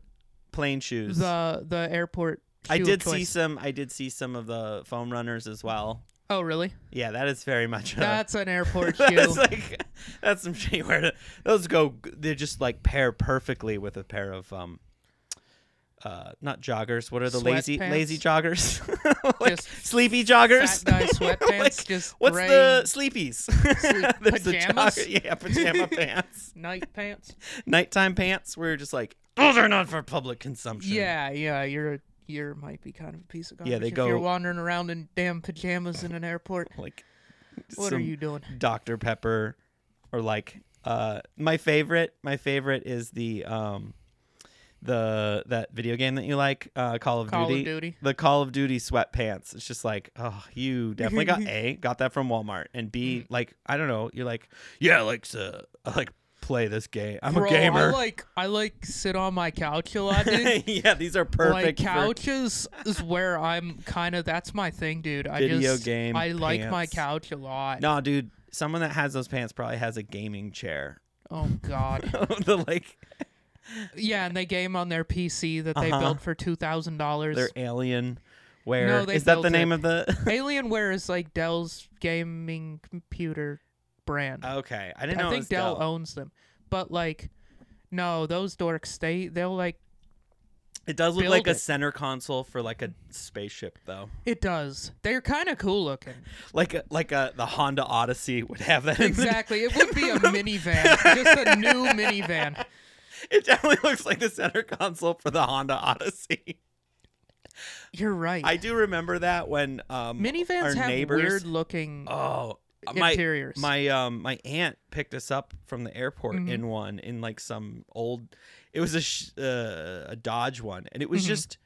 Speaker 2: plain shoes
Speaker 1: the the airport.
Speaker 2: i
Speaker 1: shoe of
Speaker 2: did see
Speaker 1: choice.
Speaker 2: some i did see some of the foam runners as well
Speaker 1: Oh,
Speaker 2: [laughs]
Speaker 1: really?
Speaker 2: yeah that is very much a-
Speaker 1: That's an airport
Speaker 2: [laughs]
Speaker 1: shoe.
Speaker 2: that's like that's some shit where to, those go they just like pair perfectly with a pair of um uh not joggers what are the lazy
Speaker 1: Sweatpants?
Speaker 2: lazy joggers [laughs] like
Speaker 1: Just
Speaker 2: sleepy joggers [laughs]
Speaker 1: Fat guy sweatpants,
Speaker 2: Like,
Speaker 1: just
Speaker 2: what's
Speaker 1: gray
Speaker 2: the sleepies [laughs] There's the
Speaker 1: pajamas?
Speaker 2: jogger-
Speaker 1: [laughs]
Speaker 2: yeah pajama pants
Speaker 1: night
Speaker 2: [laughs]
Speaker 1: pants.
Speaker 2: nighttime pants where you're just like those are not for public consumption
Speaker 1: Yeah, yeah. Your ear might be kind of a piece of garbage.
Speaker 2: Yeah, they
Speaker 1: if You're
Speaker 2: go-
Speaker 1: wandering around in damn pajamas in an airport.
Speaker 2: like
Speaker 1: What are
Speaker 2: some-
Speaker 1: you doing?
Speaker 2: Dr. Pepper or like uh my favorite my favorite is the um the that video game that you like, uh, Call of
Speaker 1: Call of
Speaker 2: Duty.
Speaker 1: Duty.
Speaker 2: The Call of Duty sweatpants. It's just like, oh, you definitely got
Speaker 1: [laughs]
Speaker 2: a got that from Walmart, and B,
Speaker 1: Mm.
Speaker 2: like I don't know, you're like, yeah, I like to I like play this game. [laughs] I'm
Speaker 1: Bro,
Speaker 2: a
Speaker 1: I
Speaker 2: gamer.
Speaker 1: like I like sit on my couch
Speaker 2: [laughs]
Speaker 1: a lot, dude.
Speaker 2: yeah, these are
Speaker 1: like
Speaker 2: perfect. for-
Speaker 1: couches is where I'm kind of that's my thing, dude. I
Speaker 2: Video
Speaker 1: just
Speaker 2: game
Speaker 1: I like my
Speaker 2: pants.
Speaker 1: couch a lot.
Speaker 2: No, dude, someone that has those pants probably has a gaming chair. [laughs]
Speaker 1: Oh god.
Speaker 2: the like
Speaker 1: yeah, and they game on their PC that they
Speaker 2: Uh-huh.
Speaker 1: built for two thousand dollars.
Speaker 2: their alien wear.
Speaker 1: No, they
Speaker 2: Is that
Speaker 1: built
Speaker 2: the
Speaker 1: it.
Speaker 2: name of the? [laughs]
Speaker 1: Alienware is like Dell's gaming computer brand.
Speaker 2: okay, I didn't
Speaker 1: I
Speaker 2: Uh, know. it
Speaker 1: think
Speaker 2: was
Speaker 1: Dell,
Speaker 2: Dell.
Speaker 1: owns them. But like no, those dorks they they'll like
Speaker 2: It does look like
Speaker 1: build it.
Speaker 2: a center console for like a spaceship, though.
Speaker 1: it does. They're kind of cool
Speaker 2: [laughs]
Speaker 1: looking.
Speaker 2: Like a, like a the Honda Odyssey would have that. in the-
Speaker 1: Exactly. It would be a minivan, just a new minivan.
Speaker 2: [laughs] it definitely looks like the center console for the Honda Odyssey.
Speaker 1: You're right.
Speaker 2: I do remember that when um our
Speaker 1: Minivans have
Speaker 2: neighbors.
Speaker 1: weird looking.
Speaker 2: Oh, my
Speaker 1: Interiors.
Speaker 2: my um my aunt picked us up from the airport
Speaker 1: Mm-hmm.
Speaker 2: in one in like some old. It was a sh- uh, a Dodge one, and it
Speaker 1: Mm-hmm.
Speaker 2: was just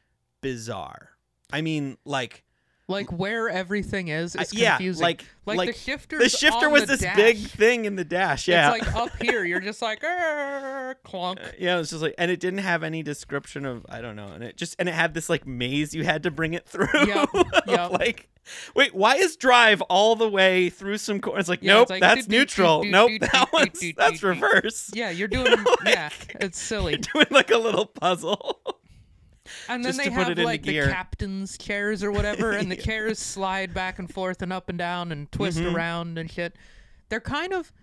Speaker 2: bizarre. I mean, like
Speaker 1: like where everything is
Speaker 2: I-
Speaker 1: is
Speaker 2: yeah,
Speaker 1: confusing.
Speaker 2: like
Speaker 1: like, the shifter.
Speaker 2: The shifter was this big thing in the dash. Yeah, Uh,
Speaker 1: It's like up here. You're just like "Arr, clunk.
Speaker 2: [laughs] yeah. It was just like, and it didn't have any description of I don't know, and it just and it had this like maze you had to bring it through.
Speaker 1: Yep,
Speaker 2: [laughs] of,
Speaker 1: yep.
Speaker 2: Like, wait, why is drive all the way through some corners? Like,
Speaker 1: Yeah, it's
Speaker 2: nope,
Speaker 1: like,
Speaker 2: that's
Speaker 1: do, do, do,
Speaker 2: neutral.
Speaker 1: do,
Speaker 2: Nope,
Speaker 1: do, do,
Speaker 2: that
Speaker 1: do,
Speaker 2: one's
Speaker 1: do,
Speaker 2: that's
Speaker 1: do, do.
Speaker 2: reverse.
Speaker 1: Yeah,
Speaker 2: [laughs]
Speaker 1: you're doing. yeah, it's silly.
Speaker 2: doing like a little puzzle. [laughs]
Speaker 1: And then
Speaker 2: just
Speaker 1: they
Speaker 2: to put
Speaker 1: have
Speaker 2: it into
Speaker 1: like the
Speaker 2: gear.
Speaker 1: captain's chairs or whatever,
Speaker 2: [laughs]
Speaker 1: and the chairs slide back and forth and up and down and twist
Speaker 2: Mm-hmm.
Speaker 1: around and shit. They're kind of,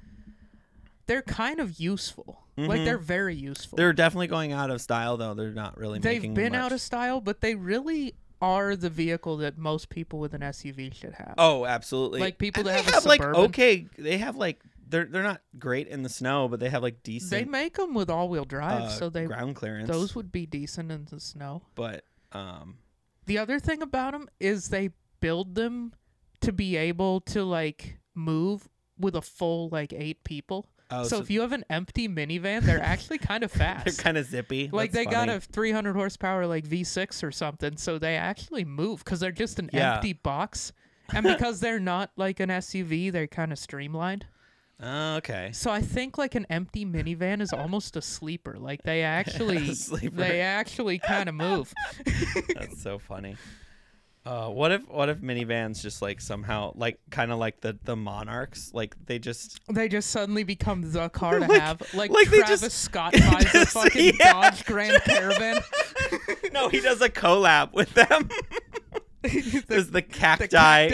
Speaker 1: they're kind of useful. Like they're very useful.
Speaker 2: Mm-hmm. They're definitely going out of style, though. They're not really.
Speaker 1: They've
Speaker 2: making
Speaker 1: been
Speaker 2: much-
Speaker 1: out of style, but they really are the vehicle that most people with an SUV should have.
Speaker 2: Oh, absolutely.
Speaker 1: Like, people
Speaker 2: And
Speaker 1: that
Speaker 2: they
Speaker 1: have a
Speaker 2: like
Speaker 1: Suburban.
Speaker 2: okay, they have like they're they're not great in the snow, but they have like
Speaker 1: they
Speaker 2: decent
Speaker 1: make them with all-wheel drive,
Speaker 2: uh,
Speaker 1: so they
Speaker 2: ground clearance.
Speaker 1: those would be decent in the snow.
Speaker 2: but um, [laughs]
Speaker 1: The other thing about them is they build them to be able to like move with a full like eight people.
Speaker 2: Oh,
Speaker 1: so,
Speaker 2: so-
Speaker 1: if you have an empty minivan, they're actually kind of fast.
Speaker 2: [laughs] they're kind of zippy.
Speaker 1: like they
Speaker 2: That's
Speaker 1: got
Speaker 2: funny.
Speaker 1: a 300 horsepower like V6 or something, so they actually move because they're just an
Speaker 2: Yeah.
Speaker 1: empty box. And because they're not like an SUV, they're kind of streamlined.
Speaker 2: Oh, [laughs] okay.
Speaker 1: So I think like an empty minivan is almost a sleeper. Like
Speaker 2: [laughs]
Speaker 1: they actually,
Speaker 2: sleeper.
Speaker 1: they actually kind of move.
Speaker 2: That's
Speaker 1: [laughs]
Speaker 2: so funny. Uh, what if what if minivans just like somehow like kind of like the the monarchs like
Speaker 1: [laughs]
Speaker 2: they just [laughs]
Speaker 1: They just suddenly become the car to
Speaker 2: Like-
Speaker 1: have. Like,
Speaker 2: like they
Speaker 1: Travis
Speaker 2: just- [laughs]
Speaker 1: Scott buys a
Speaker 2: just-
Speaker 1: fucking
Speaker 2: yeah.
Speaker 1: Dodge
Speaker 2: [laughs]
Speaker 1: Grand Caravan. [laughs]
Speaker 2: no he does a collab with them. [laughs] There's the cacti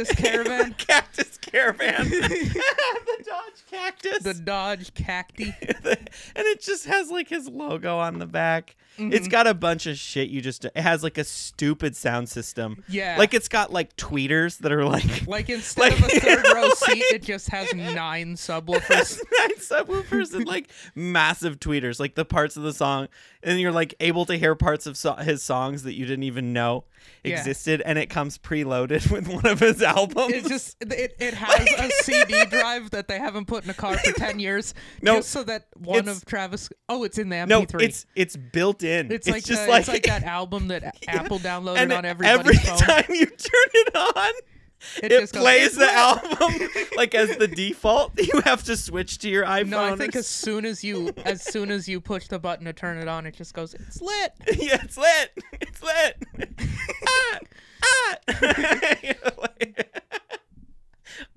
Speaker 1: cactus caravan.
Speaker 2: [laughs] The cactus
Speaker 1: [laughs]
Speaker 2: caravan, the Dodge cactus,
Speaker 1: The Dodge Cacti.
Speaker 2: and it just has like his logo on the back.
Speaker 1: Mm-hmm.
Speaker 2: It's got a bunch of shit. You just it has like a stupid sound system.
Speaker 1: Yeah.
Speaker 2: like it's got like tweeters that are like [laughs]
Speaker 1: Like instead of a
Speaker 2: Like-
Speaker 1: third
Speaker 2: [laughs]
Speaker 1: row seat,
Speaker 2: like-
Speaker 1: it just has nine subwoofers.
Speaker 2: [laughs] nine subwoofers and like massive tweeters, like the parts of the song, and you're like able to hear parts of so- his songs that you didn't even know
Speaker 1: Yeah.
Speaker 2: existed, and it comes preloaded [laughs] with one of his albums.
Speaker 1: It's just it,
Speaker 2: [laughs]
Speaker 1: it has a CD drive that they haven't put in a car for ten
Speaker 2: [laughs]
Speaker 1: years,
Speaker 2: No,
Speaker 1: just so that one
Speaker 2: it's-
Speaker 1: of Travis. Oh, it's in the MP3.
Speaker 2: no, it's it's built in.
Speaker 1: It's like
Speaker 2: just
Speaker 1: the-
Speaker 2: like
Speaker 1: it's like that album that Apple downloaded
Speaker 2: [laughs] and
Speaker 1: on everybody's
Speaker 2: every
Speaker 1: phone.
Speaker 2: [laughs] time you turn it on. It,
Speaker 1: just goes,
Speaker 2: plays
Speaker 1: "It's
Speaker 2: the
Speaker 1: lit."
Speaker 2: album like as the default. [laughs] You have to switch to your iPhone.
Speaker 1: No, I
Speaker 2: or
Speaker 1: think as
Speaker 2: s-
Speaker 1: soon as you as soon as you push the button to turn it on, it just goes. It's lit.
Speaker 2: [laughs] yeah, it's lit. It's lit. [laughs] ah, ah.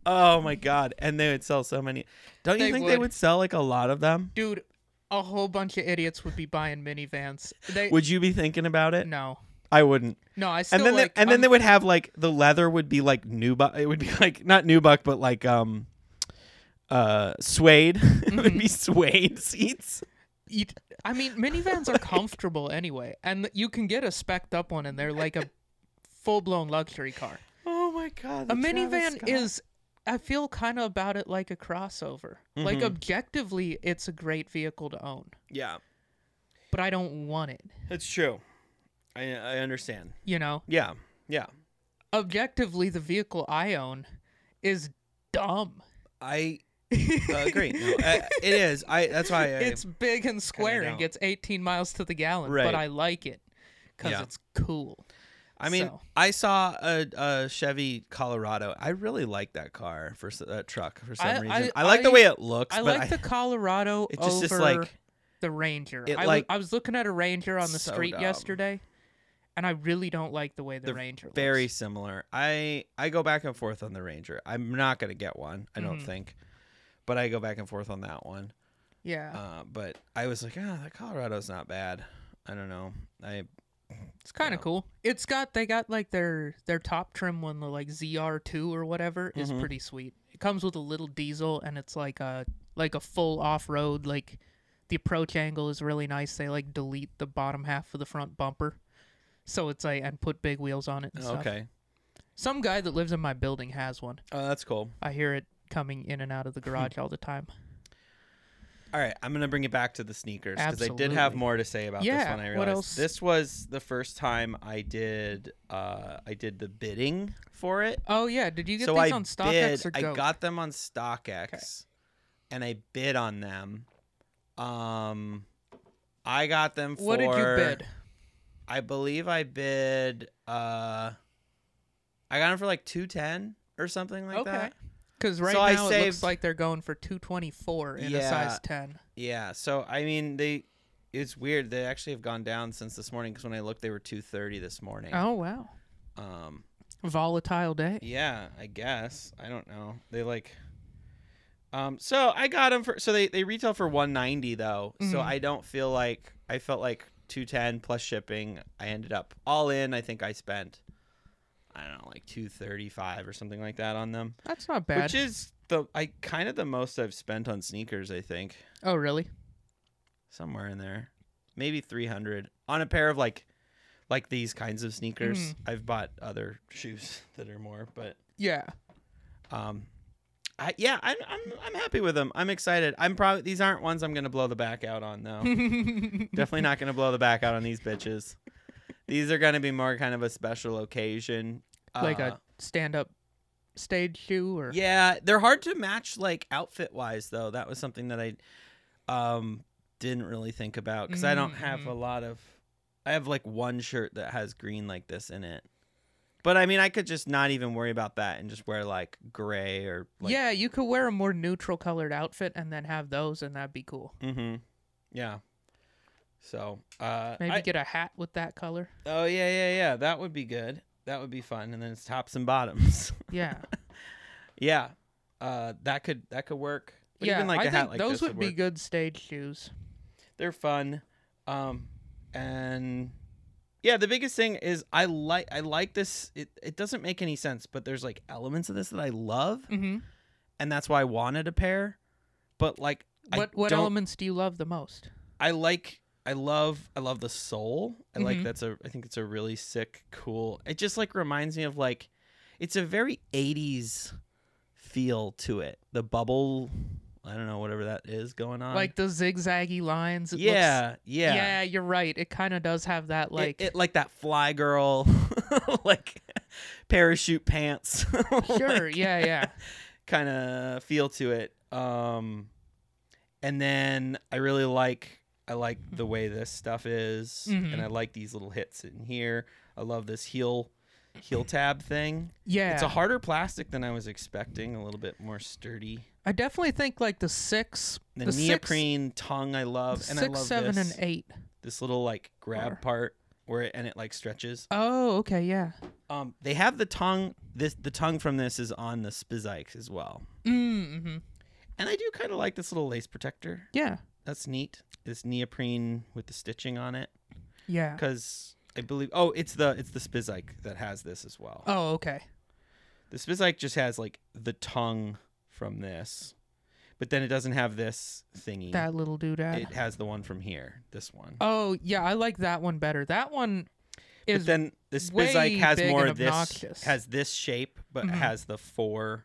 Speaker 2: oh my god! And they would sell so many. Don't you
Speaker 1: They
Speaker 2: think they
Speaker 1: would.
Speaker 2: would sell like a lot of them?
Speaker 1: dude, a whole bunch of idiots would be buying minivans. They
Speaker 2: Would you be thinking about it?
Speaker 1: no,
Speaker 2: I wouldn't.
Speaker 1: no. I still
Speaker 2: And then
Speaker 1: like, um,
Speaker 2: they, and then
Speaker 1: I'm-
Speaker 2: they would have like the leather would be like nubuck. It would be like not nubuck, but like um, uh, suede. [laughs] it
Speaker 1: Mm-hmm.
Speaker 2: would be suede seats.
Speaker 1: you, I mean, minivans are comfortable anyway, and you can get a specced up one, and they're like a full blown luxury car.
Speaker 2: Oh my god!
Speaker 1: A minivan is. I feel kind of about it like a crossover.
Speaker 2: Mm-hmm.
Speaker 1: Like objectively, it's a great vehicle to own,
Speaker 2: yeah.
Speaker 1: but I don't want it.
Speaker 2: That's true. I I understand.
Speaker 1: You know,
Speaker 2: Yeah. Yeah.
Speaker 1: objectively, the vehicle I own is dumb.
Speaker 2: I Uh,
Speaker 1: [laughs]
Speaker 2: great. No, uh, it is. I. That's why I,
Speaker 1: it's big and square and
Speaker 2: don't.
Speaker 1: gets 18 miles to the gallon,
Speaker 2: Right.
Speaker 1: but I like it because
Speaker 2: Yeah.
Speaker 1: it's cool.
Speaker 2: I mean,
Speaker 1: So.
Speaker 2: I saw a, a Chevy Colorado. I really like that car for s- that truck for some
Speaker 1: I-
Speaker 2: reason.
Speaker 1: I-
Speaker 2: I, like the
Speaker 1: I-
Speaker 2: way it looks.
Speaker 1: I
Speaker 2: but
Speaker 1: like the
Speaker 2: I, [laughs]
Speaker 1: Colorado
Speaker 2: It's just-
Speaker 1: over
Speaker 2: just like-
Speaker 1: the Ranger.
Speaker 2: it
Speaker 1: I, w-
Speaker 2: like-
Speaker 1: I was looking at a Ranger on the
Speaker 2: So
Speaker 1: street
Speaker 2: dumb.
Speaker 1: yesterday, and I really don't like the way the
Speaker 2: They're
Speaker 1: Ranger
Speaker 2: very
Speaker 1: looks.
Speaker 2: similar. I I go back and forth on the Ranger. I'm not gonna get one. I don't
Speaker 1: Mhm.
Speaker 2: think, but I go back and forth on that one.
Speaker 1: Yeah,
Speaker 2: Uh, but I was like, ah, that Colorado's not bad. I don't know. I
Speaker 1: it's kind of
Speaker 2: yeah.
Speaker 1: cool. It's got they got like their their top trim one, the like ZR2 or whatever, is
Speaker 2: Mhm.
Speaker 1: pretty sweet. It comes with a little diesel, and it's like a like a full off road. Like the approach angle is really nice. They like delete the bottom half of the front bumper, so it's like and put big wheels on it. And stuff.
Speaker 2: oh, okay.
Speaker 1: Some guy that lives in my building has one.
Speaker 2: Oh, that's cool.
Speaker 1: I hear it coming in and out of the
Speaker 2: Hmm.
Speaker 1: garage all the time.
Speaker 2: All right, I'm gonna bring it back to the sneakers because I did have
Speaker 1: Absolutely.
Speaker 2: more to say about this
Speaker 1: Yeah,
Speaker 2: one. I
Speaker 1: what
Speaker 2: realized
Speaker 1: else?
Speaker 2: this was the first time I did uh, I did the bidding for it.
Speaker 1: Oh yeah, did you get
Speaker 2: so
Speaker 1: these
Speaker 2: I
Speaker 1: on StockX
Speaker 2: bid.
Speaker 1: or
Speaker 2: I
Speaker 1: Go?
Speaker 2: got them on StockX, and I bid on them. Um, I got them for.
Speaker 1: what did you bid?
Speaker 2: I believe I bid. Uh, I got them for like two ten or something like
Speaker 1: Okay.
Speaker 2: that.
Speaker 1: Because right
Speaker 2: So I
Speaker 1: now it
Speaker 2: saved-
Speaker 1: looks like they're going for two twenty four in a
Speaker 2: Yeah.
Speaker 1: size ten.
Speaker 2: Yeah. So I mean, they. It's weird. They actually have gone down since this morning because when I looked, they were two thirty this morning.
Speaker 1: Oh wow,
Speaker 2: Um.
Speaker 1: volatile day.
Speaker 2: Yeah, I guess. I don't know. They like um so I got them for so they they retail for 190 though. So
Speaker 1: Mhm.
Speaker 2: I don't feel like I felt like 210 plus shipping. I ended up all in, I think I spent I don't know, like 235 or something like that on them,
Speaker 1: That's not bad.
Speaker 2: which is the I kind of the most I've spent on sneakers, I think.
Speaker 1: oh really?
Speaker 2: Somewhere in there. Maybe 300 on a pair of like like these kinds of sneakers.
Speaker 1: Mhm.
Speaker 2: I've bought other shoes [laughs] that are more, but
Speaker 1: Yeah.
Speaker 2: um I, yeah, I'm, I'm I'm happy with them. I'm excited. I'm probably these aren't ones I'm gonna blow the back out on
Speaker 1: [laughs]
Speaker 2: though. Definitely not gonna blow the back out on these bitches. These are gonna be more kind of a special occasion.
Speaker 1: like
Speaker 2: Uh,
Speaker 1: a stand up stage shoe or
Speaker 2: yeah, they're hard to match like outfit wise though. That was something that I um didn't really think about because I don't have
Speaker 1: Mm.
Speaker 2: a lot of. I have like one shirt that has green like this in it, but I mean I could just not even worry about that and just wear like gray or like,
Speaker 1: yeah. You could wear a more neutral colored outfit and then have those, and that'd be cool.
Speaker 2: Mm-hmm. Yeah. So uh
Speaker 1: Maybe
Speaker 2: I-
Speaker 1: get a hat with that color.
Speaker 2: oh yeah, yeah, yeah. That would be good. That would be fun. And then it's tops and bottoms. [laughs]
Speaker 1: Yeah,
Speaker 2: yeah. Uh that could that could work. But
Speaker 1: yeah.
Speaker 2: even like
Speaker 1: I
Speaker 2: a
Speaker 1: think
Speaker 2: hat like
Speaker 1: those
Speaker 2: this
Speaker 1: would, be
Speaker 2: work.
Speaker 1: good stage shoes.
Speaker 2: They're fun. Um and yeah, the biggest thing is I like I like this it, it doesn't make any sense, but there's like elements of this that I love
Speaker 1: Mm-hmm.
Speaker 2: and that's why I wanted a pair. But like I
Speaker 1: What what
Speaker 2: don't-
Speaker 1: elements do you love the most?
Speaker 2: I like I love I love the soul. I like
Speaker 1: Mhm.
Speaker 2: that's a I think it's a really sick, cool. It just like reminds me of like it's a very 80s feel to it. The bubble, I don't know whatever that is going on.
Speaker 1: like the zigzaggy lines. It looks-
Speaker 2: Uh, yeah, yeah.
Speaker 1: yeah, You're right. It kind of does have that
Speaker 2: Like
Speaker 1: like.
Speaker 2: it, like that fly girl [laughs] like parachute pants.
Speaker 1: [laughs] sure.
Speaker 2: Like,
Speaker 1: yeah.
Speaker 2: [laughs]
Speaker 1: Yeah.
Speaker 2: kind of feel to it. Um, and then I really like I like the way this stuff is,
Speaker 1: Mhm.
Speaker 2: and I like these little hits in here. I love this heel heel tab thing.
Speaker 1: Yeah.
Speaker 2: It's a harder plastic than I was expecting. A little bit more sturdy.
Speaker 1: I definitely think like the six,
Speaker 2: The,
Speaker 1: the
Speaker 2: neoprene tongue I
Speaker 1: six,
Speaker 2: love,
Speaker 1: the
Speaker 2: and
Speaker 1: six,
Speaker 2: I love
Speaker 1: seven,
Speaker 2: this
Speaker 1: and eight.
Speaker 2: this little like grab
Speaker 1: Or-
Speaker 2: part where it, and it like stretches.
Speaker 1: Oh, okay. Yeah.
Speaker 2: Um, they have the tongue. This the tongue from this is on the spizikes as well,
Speaker 1: Mm-hmm.
Speaker 2: and I do kind of like this little lace protector.
Speaker 1: Yeah.
Speaker 2: That's neat. This neoprene with the stitching on it,
Speaker 1: Yeah.
Speaker 2: because I believe. Oh, it's the it's the Spizike that has this as well.
Speaker 1: Oh, okay.
Speaker 2: The Spizike just has like the tongue from this, but then it doesn't have this thingy.
Speaker 1: That little doodad.
Speaker 2: it has the one from here. This one.
Speaker 1: oh, yeah. I like that one better. That one
Speaker 2: but
Speaker 1: is
Speaker 2: then the
Speaker 1: way
Speaker 2: Spizike has
Speaker 1: big
Speaker 2: more
Speaker 1: and
Speaker 2: of this.
Speaker 1: obnoxious.
Speaker 2: Has this shape, but
Speaker 1: Mhm.
Speaker 2: has the four,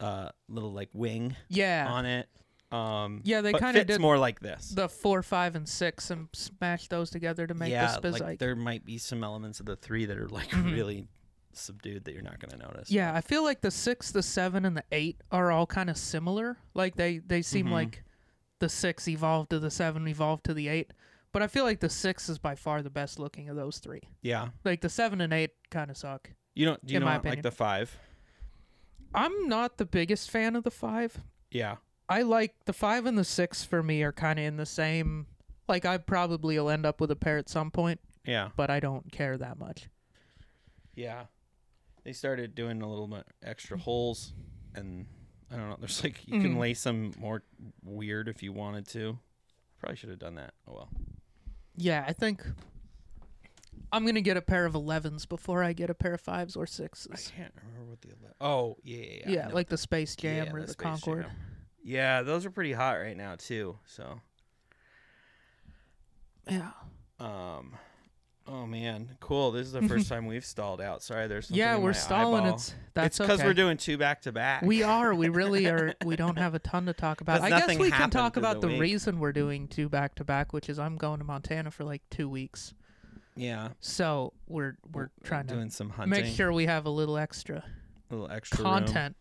Speaker 2: uh, little like wing
Speaker 1: yeah.
Speaker 2: on it. Um,
Speaker 1: Yeah, they
Speaker 2: but
Speaker 1: kinda
Speaker 2: fits
Speaker 1: did
Speaker 2: more like this.
Speaker 1: the four, five, and six, and smash those together to make
Speaker 2: yeah,
Speaker 1: the spizike.
Speaker 2: like there might be some elements of the three that are like
Speaker 1: Mhm.
Speaker 2: really subdued that you're not gonna notice.
Speaker 1: Yeah, I feel like the six, the seven, and the eight are all kind of similar. Like they they seem
Speaker 2: Mm-hmm.
Speaker 1: like the six evolved to the seven, evolved to the eight. But I feel like the six is by far the best looking of those three.
Speaker 2: Yeah.
Speaker 1: Like the seven and eight kind of suck.
Speaker 2: You don't. Do you
Speaker 1: In
Speaker 2: know
Speaker 1: my
Speaker 2: like
Speaker 1: opinion.
Speaker 2: the five?
Speaker 1: I'm not the biggest fan of the five.
Speaker 2: Yeah.
Speaker 1: I like the five and the six for me are kind of in the same. Like I probably will end up with a pair at some point,
Speaker 2: Yeah.
Speaker 1: but I don't care that much.
Speaker 2: Yeah. They started doing a little bit extra
Speaker 1: Mm-hmm.
Speaker 2: holes, and I don't know. There's like you can lace them more weird if you wanted to. Probably should have done that. Oh well.
Speaker 1: Yeah, I think I'm gonna get a pair of elevens before I get a pair of fives or
Speaker 2: I
Speaker 1: sixes.
Speaker 2: can't remember what the ele- oh yeah yeah,
Speaker 1: Yeah,
Speaker 2: yeah, I know.
Speaker 1: like the Space Jam
Speaker 2: Yeah,
Speaker 1: or
Speaker 2: the
Speaker 1: the,
Speaker 2: Space
Speaker 1: Concorde.
Speaker 2: Jam. yeah those are pretty hot right now too. So
Speaker 1: Yeah.
Speaker 2: um. Oh man, cool! This is
Speaker 1: [laughs]
Speaker 2: the first time we've stalled out. Sorry, there's something
Speaker 1: yeah,
Speaker 2: in
Speaker 1: we're
Speaker 2: my
Speaker 1: stalling.
Speaker 2: eyeball.
Speaker 1: It's that's
Speaker 2: because
Speaker 1: okay.
Speaker 2: we're doing two back to back.
Speaker 1: [laughs] We are. We really are. We don't have a ton to talk about.
Speaker 2: [laughs] 'Cause
Speaker 1: I guess
Speaker 2: nothing
Speaker 1: we can
Speaker 2: happened
Speaker 1: talk
Speaker 2: through
Speaker 1: about
Speaker 2: the
Speaker 1: the,
Speaker 2: week.
Speaker 1: reason we're doing two back to back, which is I'm going to Montana for like two weeks,
Speaker 2: yeah
Speaker 1: so we're we're trying to
Speaker 2: doing some hunting.
Speaker 1: make sure we have a little extra
Speaker 2: a little extra room.
Speaker 1: content.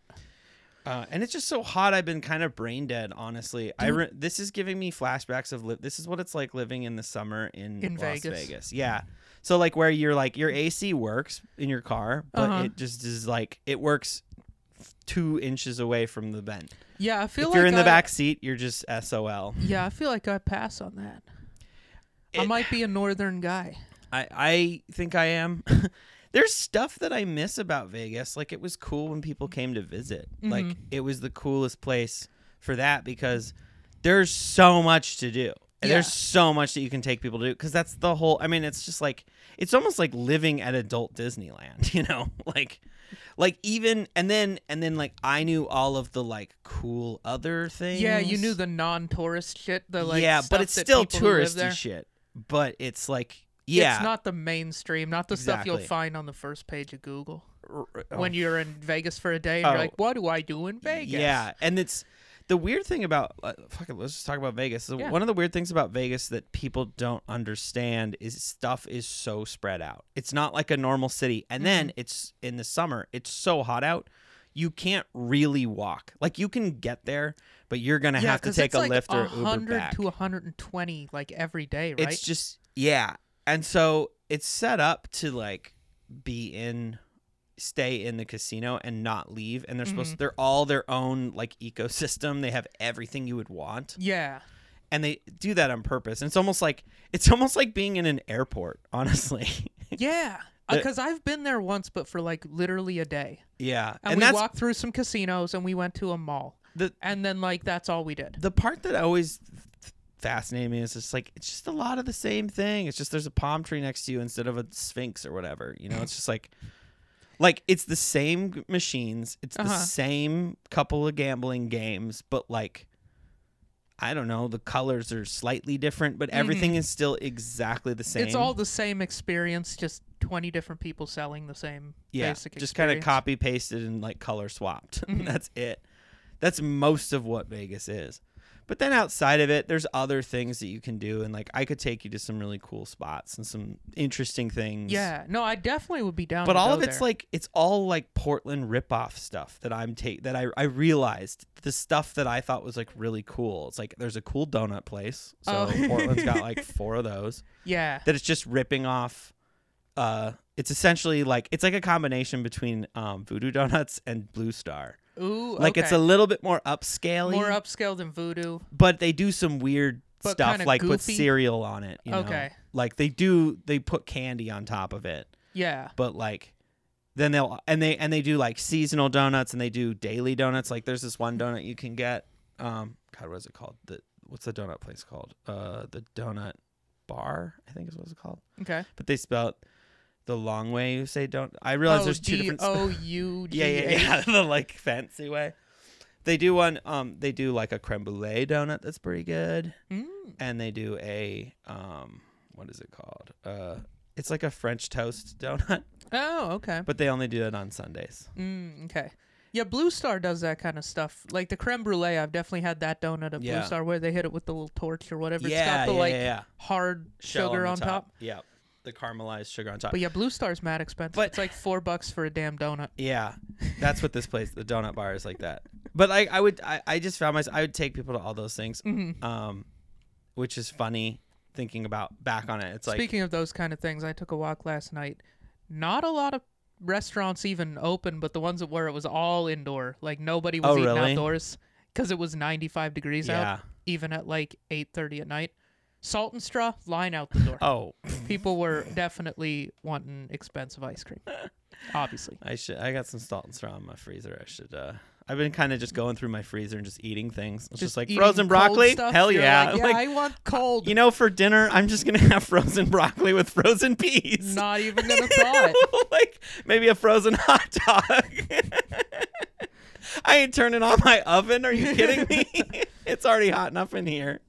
Speaker 2: Uh, and it's just so hot. I've been kind of brain dead, honestly. I re- this is giving me flashbacks of li- this is what it's like living in the summer in,
Speaker 1: In
Speaker 2: Las
Speaker 1: Vegas.
Speaker 2: Vegas. Yeah. So like where you're like your AC works in your car, but
Speaker 1: Uh-huh.
Speaker 2: it just is like it works f- two inches away from the vent.
Speaker 1: Yeah, I feel
Speaker 2: If
Speaker 1: like
Speaker 2: you're in
Speaker 1: I-
Speaker 2: the back seat, you're just SOL.
Speaker 1: Yeah, I feel like I pass on that. I
Speaker 2: It-
Speaker 1: might be a northern guy.
Speaker 2: I I think I am. [laughs] There's stuff that I miss about Vegas. Like it was cool when people came to visit.
Speaker 1: Mm-hmm.
Speaker 2: Like it was the coolest place for that because there's so much to do. And
Speaker 1: Yeah.
Speaker 2: There's so much that you can take people to do because that's the whole. I mean, it's just like it's almost like living at adult Disneyland, [laughs] you know? Like, like even and then and then like I knew all of the like cool other things.
Speaker 1: Yeah, you knew the non-tourist shit. The like,
Speaker 2: yeah,
Speaker 1: stuff
Speaker 2: but it's
Speaker 1: that
Speaker 2: still
Speaker 1: people who live
Speaker 2: touristy
Speaker 1: there-
Speaker 2: shit. But it's like yeah,
Speaker 1: it's not the mainstream, not the stuff
Speaker 2: Exactly.
Speaker 1: you'll find on the first page of Google
Speaker 2: r- r- oh,
Speaker 1: when you're in Vegas for a day. and
Speaker 2: Oh.
Speaker 1: You're like, what do I do in Vegas?
Speaker 2: Yeah, and it's the weird thing about uh, fucking. Let's just talk about Vegas. So
Speaker 1: Yeah.
Speaker 2: One of the weird things about Vegas that people don't understand is stuff is so spread out. It's not like a normal city.
Speaker 1: Mm-hmm.
Speaker 2: And then it's in the summer. It's so hot out. You can't really walk. Like you can get there, but you're gonna
Speaker 1: yeah,
Speaker 2: have to
Speaker 1: 'cause
Speaker 2: take
Speaker 1: it's
Speaker 2: a
Speaker 1: like
Speaker 2: lift or Uber
Speaker 1: 100
Speaker 2: back.
Speaker 1: to 120 like every day, right?
Speaker 2: It's just yeah. And so it's set up to like be in stay in the casino and not leave and they're
Speaker 1: Mm-hmm.
Speaker 2: supposed they're all their own like ecosystem. They have everything you would want. [laughs]
Speaker 1: yeah,
Speaker 2: And they do that on purpose. And it's almost like it's almost like being in an airport, [laughs] honestly.
Speaker 1: yeah.
Speaker 2: The-
Speaker 1: Because I've been there once, but for like literally a day,
Speaker 2: yeah.
Speaker 1: and,
Speaker 2: And,
Speaker 1: we
Speaker 2: that's
Speaker 1: walked through some casinos and we went to a mall,
Speaker 2: the
Speaker 1: and then like that's all we did.
Speaker 2: the part that always f- fascinated me is just like it's just a lot of the same thing. It's just there's a palm tree next to you instead of a sphinx or whatever. You know, it's just like like it's the same g- machines, it's the
Speaker 1: Uh-huh.
Speaker 2: same couple of gambling games, but like I don't know, the colors are slightly different, but everything is still exactly the same.
Speaker 1: Mm-hmm. It's all the same experience, just 20 different people selling the same
Speaker 2: yeah,
Speaker 1: basic
Speaker 2: just kind of
Speaker 1: experience. Mm-hmm.
Speaker 2: copy pasted and like color swapped. [laughs] That's it. That's most of what Vegas is. But then outside of it, there's other things that you can do, and like I could take you to some really cool spots and some interesting things.
Speaker 1: Yeah, no, I definitely would be down.
Speaker 2: But
Speaker 1: to
Speaker 2: all
Speaker 1: go
Speaker 2: of it's
Speaker 1: there.
Speaker 2: like it's all like Portland ripoff stuff that I'm take that I I realized the stuff that I thought was like really cool. It's like there's a cool donut place, so
Speaker 1: Oh.
Speaker 2: Portland's got
Speaker 1: [laughs]
Speaker 2: like four of those
Speaker 1: yeah,
Speaker 2: that it's just ripping off uh it's essentially like it's like a combination between um voodoo donuts and blue star
Speaker 1: ooh,
Speaker 2: like it's E a
Speaker 1: okay.
Speaker 2: little bit more upscale
Speaker 1: more upscale than voodoo.
Speaker 2: but they do some weird
Speaker 1: But
Speaker 2: stuff
Speaker 1: kinda
Speaker 2: like put
Speaker 1: goofy?
Speaker 2: cereal on it you know?
Speaker 1: Okay.
Speaker 2: like they do they put candy on top of it
Speaker 1: Yeah,
Speaker 2: but like then they'll and they and they do like seasonal donuts and they do daily donuts like there's this one donut you can get um god what is it called the what's the donut place called uh the donut bar i think is what it's called
Speaker 1: okay.
Speaker 2: but they spell it the long way you say don't i realize
Speaker 1: oh,
Speaker 2: there's two different sp-
Speaker 1: O U G
Speaker 2: yeah [laughs] yeah
Speaker 1: H.
Speaker 2: yeah the like fancy way they do one um they do like a creme brulee donut that's pretty good
Speaker 1: Mm,
Speaker 2: and they do a um what is it called uh it's like a french toast donut [laughs]
Speaker 1: Oh, okay.
Speaker 2: but they only do it on sundays
Speaker 1: Mm, okay. Yeah, Blue Star does that kind of stuff. Like the creme brulee, I've definitely had that donut at
Speaker 2: Yeah.
Speaker 1: Blue Star where they hit it with the little torch or whatever.
Speaker 2: Yeah,
Speaker 1: it's got the
Speaker 2: yeah,
Speaker 1: like
Speaker 2: yeah, yeah.
Speaker 1: hard
Speaker 2: Shell
Speaker 1: sugar on, top.
Speaker 2: yeah the caramelized sugar on top.
Speaker 1: But yeah, Blue Star's mad expensive.
Speaker 2: But-
Speaker 1: it's like four bucks for a damn
Speaker 2: [laughs]
Speaker 1: donut.
Speaker 2: Yeah, that's what this place, the donut bar, is like that. But I, I would, I, I just found myself, I would take people to all those things, um, which is funny thinking about back on it. It's like,
Speaker 1: Speaking of those kind of things, I took a walk last night. Not a lot of restaurants even open, but the ones that were, it was all indoor. Like nobody was
Speaker 2: Oh,
Speaker 1: eating
Speaker 2: really?
Speaker 1: outdoors because it was 95 degrees
Speaker 2: Yeah.
Speaker 1: out, even at like 8:30 at night. Salt and straw line out the door.
Speaker 2: oh,
Speaker 1: People were definitely wanting expensive ice
Speaker 2: [laughs]
Speaker 1: cream. Obviously,
Speaker 2: I should, I got some salt and straw in my freezer. I should. uh I've been kind of just going through my freezer and just eating things. It's just, like
Speaker 1: eating
Speaker 2: frozen
Speaker 1: cold
Speaker 2: broccoli.
Speaker 1: stuff,
Speaker 2: Hell
Speaker 1: you're
Speaker 2: yeah! [laughs]
Speaker 1: like, yeah,
Speaker 2: Like,
Speaker 1: I want cold.
Speaker 2: you know, for dinner, I'm just gonna [laughs] have frozen broccoli with frozen peas.
Speaker 1: Not
Speaker 2: [laughs]
Speaker 1: even gonna thaw it.
Speaker 2: like maybe a frozen hot dog. [laughs] I ain't turning on my oven. Are you kidding me? [laughs] it's already hot enough in here.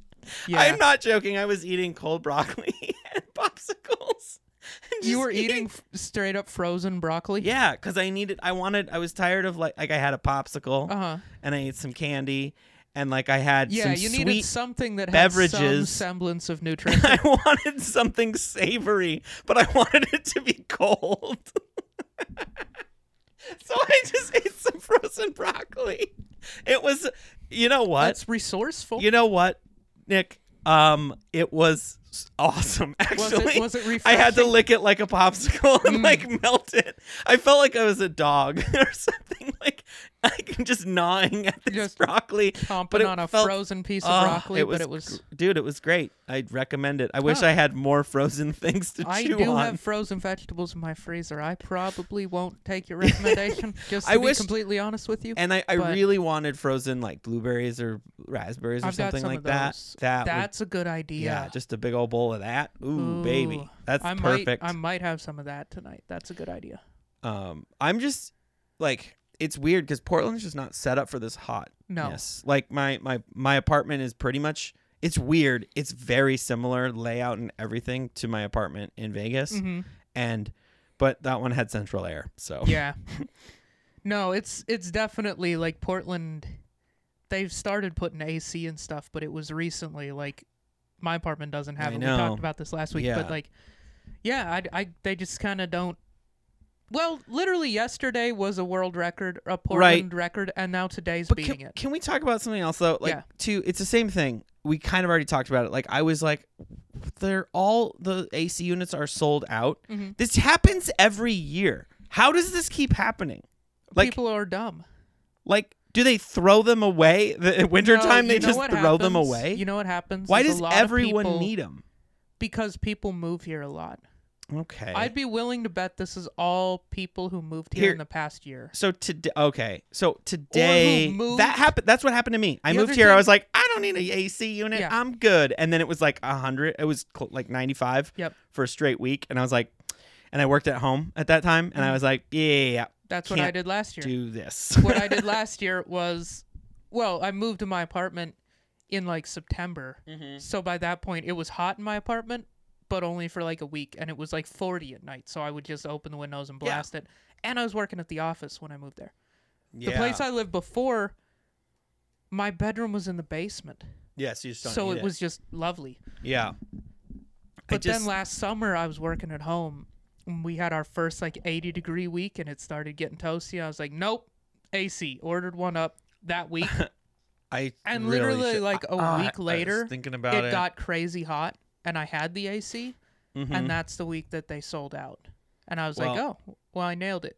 Speaker 1: Yeah.
Speaker 2: I'm not joking. I was eating cold broccoli [laughs] and popsicles. [laughs] and
Speaker 1: you
Speaker 2: just
Speaker 1: were eating f- straight up frozen broccoli.
Speaker 2: Yeah, because I needed. I wanted. I was tired of like like I had a popsicle
Speaker 1: Uh huh.
Speaker 2: and I ate some candy and like I had
Speaker 1: Yeah,
Speaker 2: some
Speaker 1: you
Speaker 2: sweet
Speaker 1: needed something that had some
Speaker 2: beverages.
Speaker 1: semblance of nutrition.
Speaker 2: [laughs] I wanted something savory, but I [laughs] wanted it to be cold. [laughs] so I just ate some frozen broccoli. It was, you know what?
Speaker 1: That's resourceful.
Speaker 2: Oh. you know what, Nick? Um, it was s- awesome. [laughs] Actually,
Speaker 1: was it
Speaker 2: I had to
Speaker 1: refreshing? Mm.
Speaker 2: lick it like a popsicle [laughs] and like melt it. I felt like I was a dog [laughs] or something. Like like just gnawing at this
Speaker 1: Just
Speaker 2: broccoli,
Speaker 1: Chomping
Speaker 2: but it
Speaker 1: on a
Speaker 2: felt
Speaker 1: frozen piece of
Speaker 2: Oh,
Speaker 1: broccoli, but it was.
Speaker 2: gr- dude, it was great. I'd recommend it. I wish
Speaker 1: Huh.
Speaker 2: I had more frozen [laughs] things to
Speaker 1: I
Speaker 2: chew
Speaker 1: do
Speaker 2: on.
Speaker 1: have frozen vegetables in my freezer. I probably won't take
Speaker 2: [laughs]
Speaker 1: your recommendation. just to
Speaker 2: I
Speaker 1: be
Speaker 2: wish-
Speaker 1: completely honest with you,
Speaker 2: and I, I
Speaker 1: but-
Speaker 2: really wanted frozen like blueberries or raspberries or
Speaker 1: I've got
Speaker 2: something
Speaker 1: some
Speaker 2: like
Speaker 1: of
Speaker 2: that.
Speaker 1: those.
Speaker 2: That would,
Speaker 1: That's a good idea.
Speaker 2: yeah, just a big old bowl of that. Ooh, baby,
Speaker 1: Ooh.
Speaker 2: that's
Speaker 1: I might,
Speaker 2: perfect.
Speaker 1: I might have some of that tonight. That's a good idea.
Speaker 2: um, I'm just like it's weird because Portland's just not set up for this hot.
Speaker 1: No.
Speaker 2: like my my my apartment is pretty much. It's weird. It's very similar layout and everything to my apartment in Vegas,
Speaker 1: Mhm.
Speaker 2: and but that one had central air, so
Speaker 1: Yeah. no, it's it's definitely like Portland. They've started putting AC and stuff, but it was recently. Like my apartment doesn't have
Speaker 2: I
Speaker 1: it. We
Speaker 2: know.
Speaker 1: talked about this last week,
Speaker 2: Yeah.
Speaker 1: but like, yeah, I, I they just kind of don't. Well, literally yesterday was a world record, a Portland record, and now today's
Speaker 2: But
Speaker 1: beating
Speaker 2: can,
Speaker 1: it.
Speaker 2: can we talk about something else though? Like
Speaker 1: Yeah.
Speaker 2: too, it's the same thing. We kind of already talked about it. Like I was like, they're all the AC units are sold out.
Speaker 1: Mhm.
Speaker 2: This happens every year. How does this keep happening? Like
Speaker 1: People are dumb.
Speaker 2: like do they throw them away? The in wintertime
Speaker 1: No,
Speaker 2: they
Speaker 1: you know
Speaker 2: just
Speaker 1: what
Speaker 2: throw them
Speaker 1: happens?
Speaker 2: away.
Speaker 1: You know what happens?
Speaker 2: Why
Speaker 1: is a
Speaker 2: does
Speaker 1: lot of
Speaker 2: everyone
Speaker 1: people-
Speaker 2: need them?
Speaker 1: Because people move here a lot.
Speaker 2: Okay.
Speaker 1: I'd be willing to bet this is all people who moved here,
Speaker 2: Here-
Speaker 1: in the past year.
Speaker 2: so today, okay. So today,
Speaker 1: moved.
Speaker 2: that happened. That's what happened to me. I
Speaker 1: The
Speaker 2: moved
Speaker 1: other
Speaker 2: here. I
Speaker 1: thing-
Speaker 2: was like, I don't need an AC unit.
Speaker 1: Yeah.
Speaker 2: I'm good. And then it was like hundred. It was cl- like ninety five.
Speaker 1: Yep.
Speaker 2: for a straight week and I was like and I worked at home at that time
Speaker 1: Mm-hmm.
Speaker 2: and I was like, yeah, yeah, yeah,
Speaker 1: That's what I
Speaker 2: Can't
Speaker 1: did last year.
Speaker 2: do this.
Speaker 1: [laughs] what
Speaker 2: [laughs]
Speaker 1: I did last year was, well, I moved to my apartment in like September.
Speaker 2: Mm-hmm.
Speaker 1: So by that point, it was hot in my apartment, but only for like a week. And it was like 40 at night. So I would just open the windows and
Speaker 2: Yeah.
Speaker 1: blast it. And I was working at the office when I moved there.
Speaker 2: yeah.
Speaker 1: The place I lived before, my bedroom was in the basement.
Speaker 2: Yes, you just don't
Speaker 1: so
Speaker 2: need
Speaker 1: it was just lovely.
Speaker 2: Yeah. I
Speaker 1: But
Speaker 2: just
Speaker 1: then last summer, I was working at home. And we had our first like 80 degree week, and it started getting toasty. I was like, nope, AC. Ordered one up that
Speaker 2: [laughs]
Speaker 1: week,
Speaker 2: I
Speaker 1: and
Speaker 2: really
Speaker 1: literally
Speaker 2: should-
Speaker 1: like a
Speaker 2: Ah, I
Speaker 1: week
Speaker 2: was
Speaker 1: later,
Speaker 2: thinking about it.
Speaker 1: got crazy hot, and I had the AC,
Speaker 2: Mhm.
Speaker 1: and that's the week that they sold out. And I was like,
Speaker 2: Well-
Speaker 1: oh, well, I nailed it.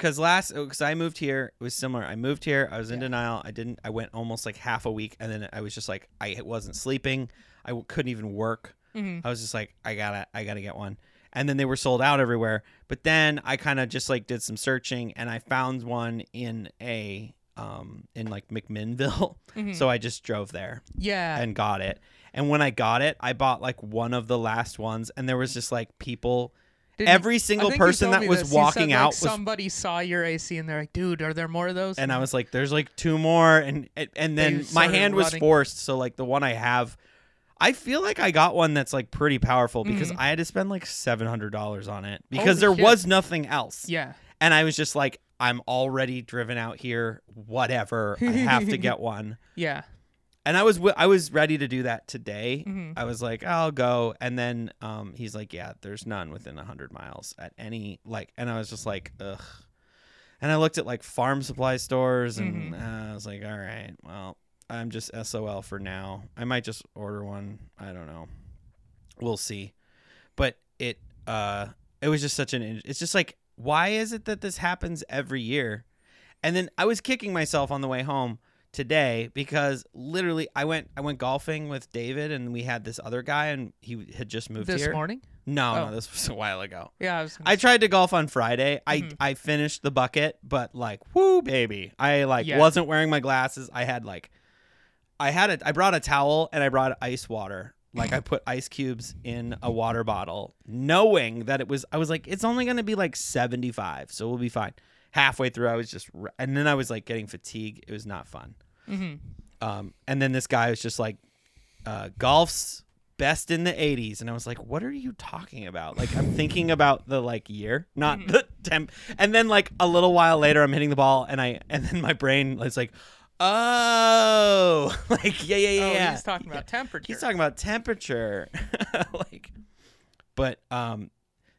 Speaker 2: Cause last, oh, cause I moved here, it was similar. I moved here, I was in denial. I didn't. I went almost like half a week, and then I was just like, I wasn't sleeping. I w- couldn't even work. I was just like, I gotta, I gotta get one. And then they were sold out everywhere. But then I kind of just like did some searching, and I found one in a, um, in like McMinnville. [laughs]
Speaker 1: Hmm.
Speaker 2: So I just drove there
Speaker 1: Yeah,
Speaker 2: and got it. And when I got it, I bought like one of the last ones, and there was just like people.
Speaker 1: Didn't-
Speaker 2: every
Speaker 1: I
Speaker 2: single
Speaker 1: think you
Speaker 2: person
Speaker 1: told
Speaker 2: that
Speaker 1: me
Speaker 2: was
Speaker 1: this. You said,
Speaker 2: walking
Speaker 1: like,
Speaker 2: out was
Speaker 1: Somebody saw your AC, and they're like, dude, are there more of those?
Speaker 2: and I was like, "There's like two more," and and- and then my
Speaker 1: started
Speaker 2: hand was
Speaker 1: running.
Speaker 2: forced. So like the one I have, I feel like I got one that's like pretty powerful because
Speaker 1: Mm-hmm.
Speaker 2: I had to spend like seven hundred dollars on it
Speaker 1: Holy
Speaker 2: because there
Speaker 1: shit.
Speaker 2: was nothing else,
Speaker 1: Oh, yeah,
Speaker 2: and I was just like,
Speaker 1: [laughs]
Speaker 2: "I'm already driven out here. Whatever, I have to get one."
Speaker 1: yeah.
Speaker 2: and I was wi- I was ready to do
Speaker 1: Mm-hmm.
Speaker 2: that today. I was like, I'll go, and then um, he's like, Yeah, there's none within hundred miles at any like, and I was just like, Ugh. And I looked at like farm supply stores, and uh, I was like, All right, well, I'm just SOL for now. I might just order one. I don't know. We'll see. But it uh, it was just such an. in- It's just like, why is it that this happens every year? And then I was kicking myself on the way home today because literally I went I went golfing with David and we had this other guy and he had just moved
Speaker 1: this
Speaker 2: here.
Speaker 1: morning.
Speaker 2: No,
Speaker 1: Oh.
Speaker 2: no, this was a while ago.
Speaker 1: Yeah, I was.
Speaker 2: I tried to golf on Friday. I
Speaker 1: Mhm.
Speaker 2: I finished the bucket, but like, whoo, baby. I like
Speaker 1: Yeah.
Speaker 2: wasn't wearing my glasses. I had like I had a I brought a towel and I brought ice water. Like I put ice cubes in a water bottle, knowing that it was I was like, it's only gonna be like 75, so we'll be fine. Halfway through, I was just re- and then I was like getting fatigue. It was not fun.
Speaker 1: Mhm.
Speaker 2: Um, and then this guy was just like, uh, golf's best in the 80s. And I was like, what are you talking about? Like, I'm thinking about the like year, not
Speaker 1: Mm-hmm.
Speaker 2: the [laughs] temp. And then like a little while later, I'm hitting the ball and I, and then my brain is like, oh, [laughs] like, yeah, yeah, yeah.
Speaker 1: Oh,
Speaker 2: yeah.
Speaker 1: he's talking about temperature.
Speaker 2: He's talking about temperature. [laughs] like but um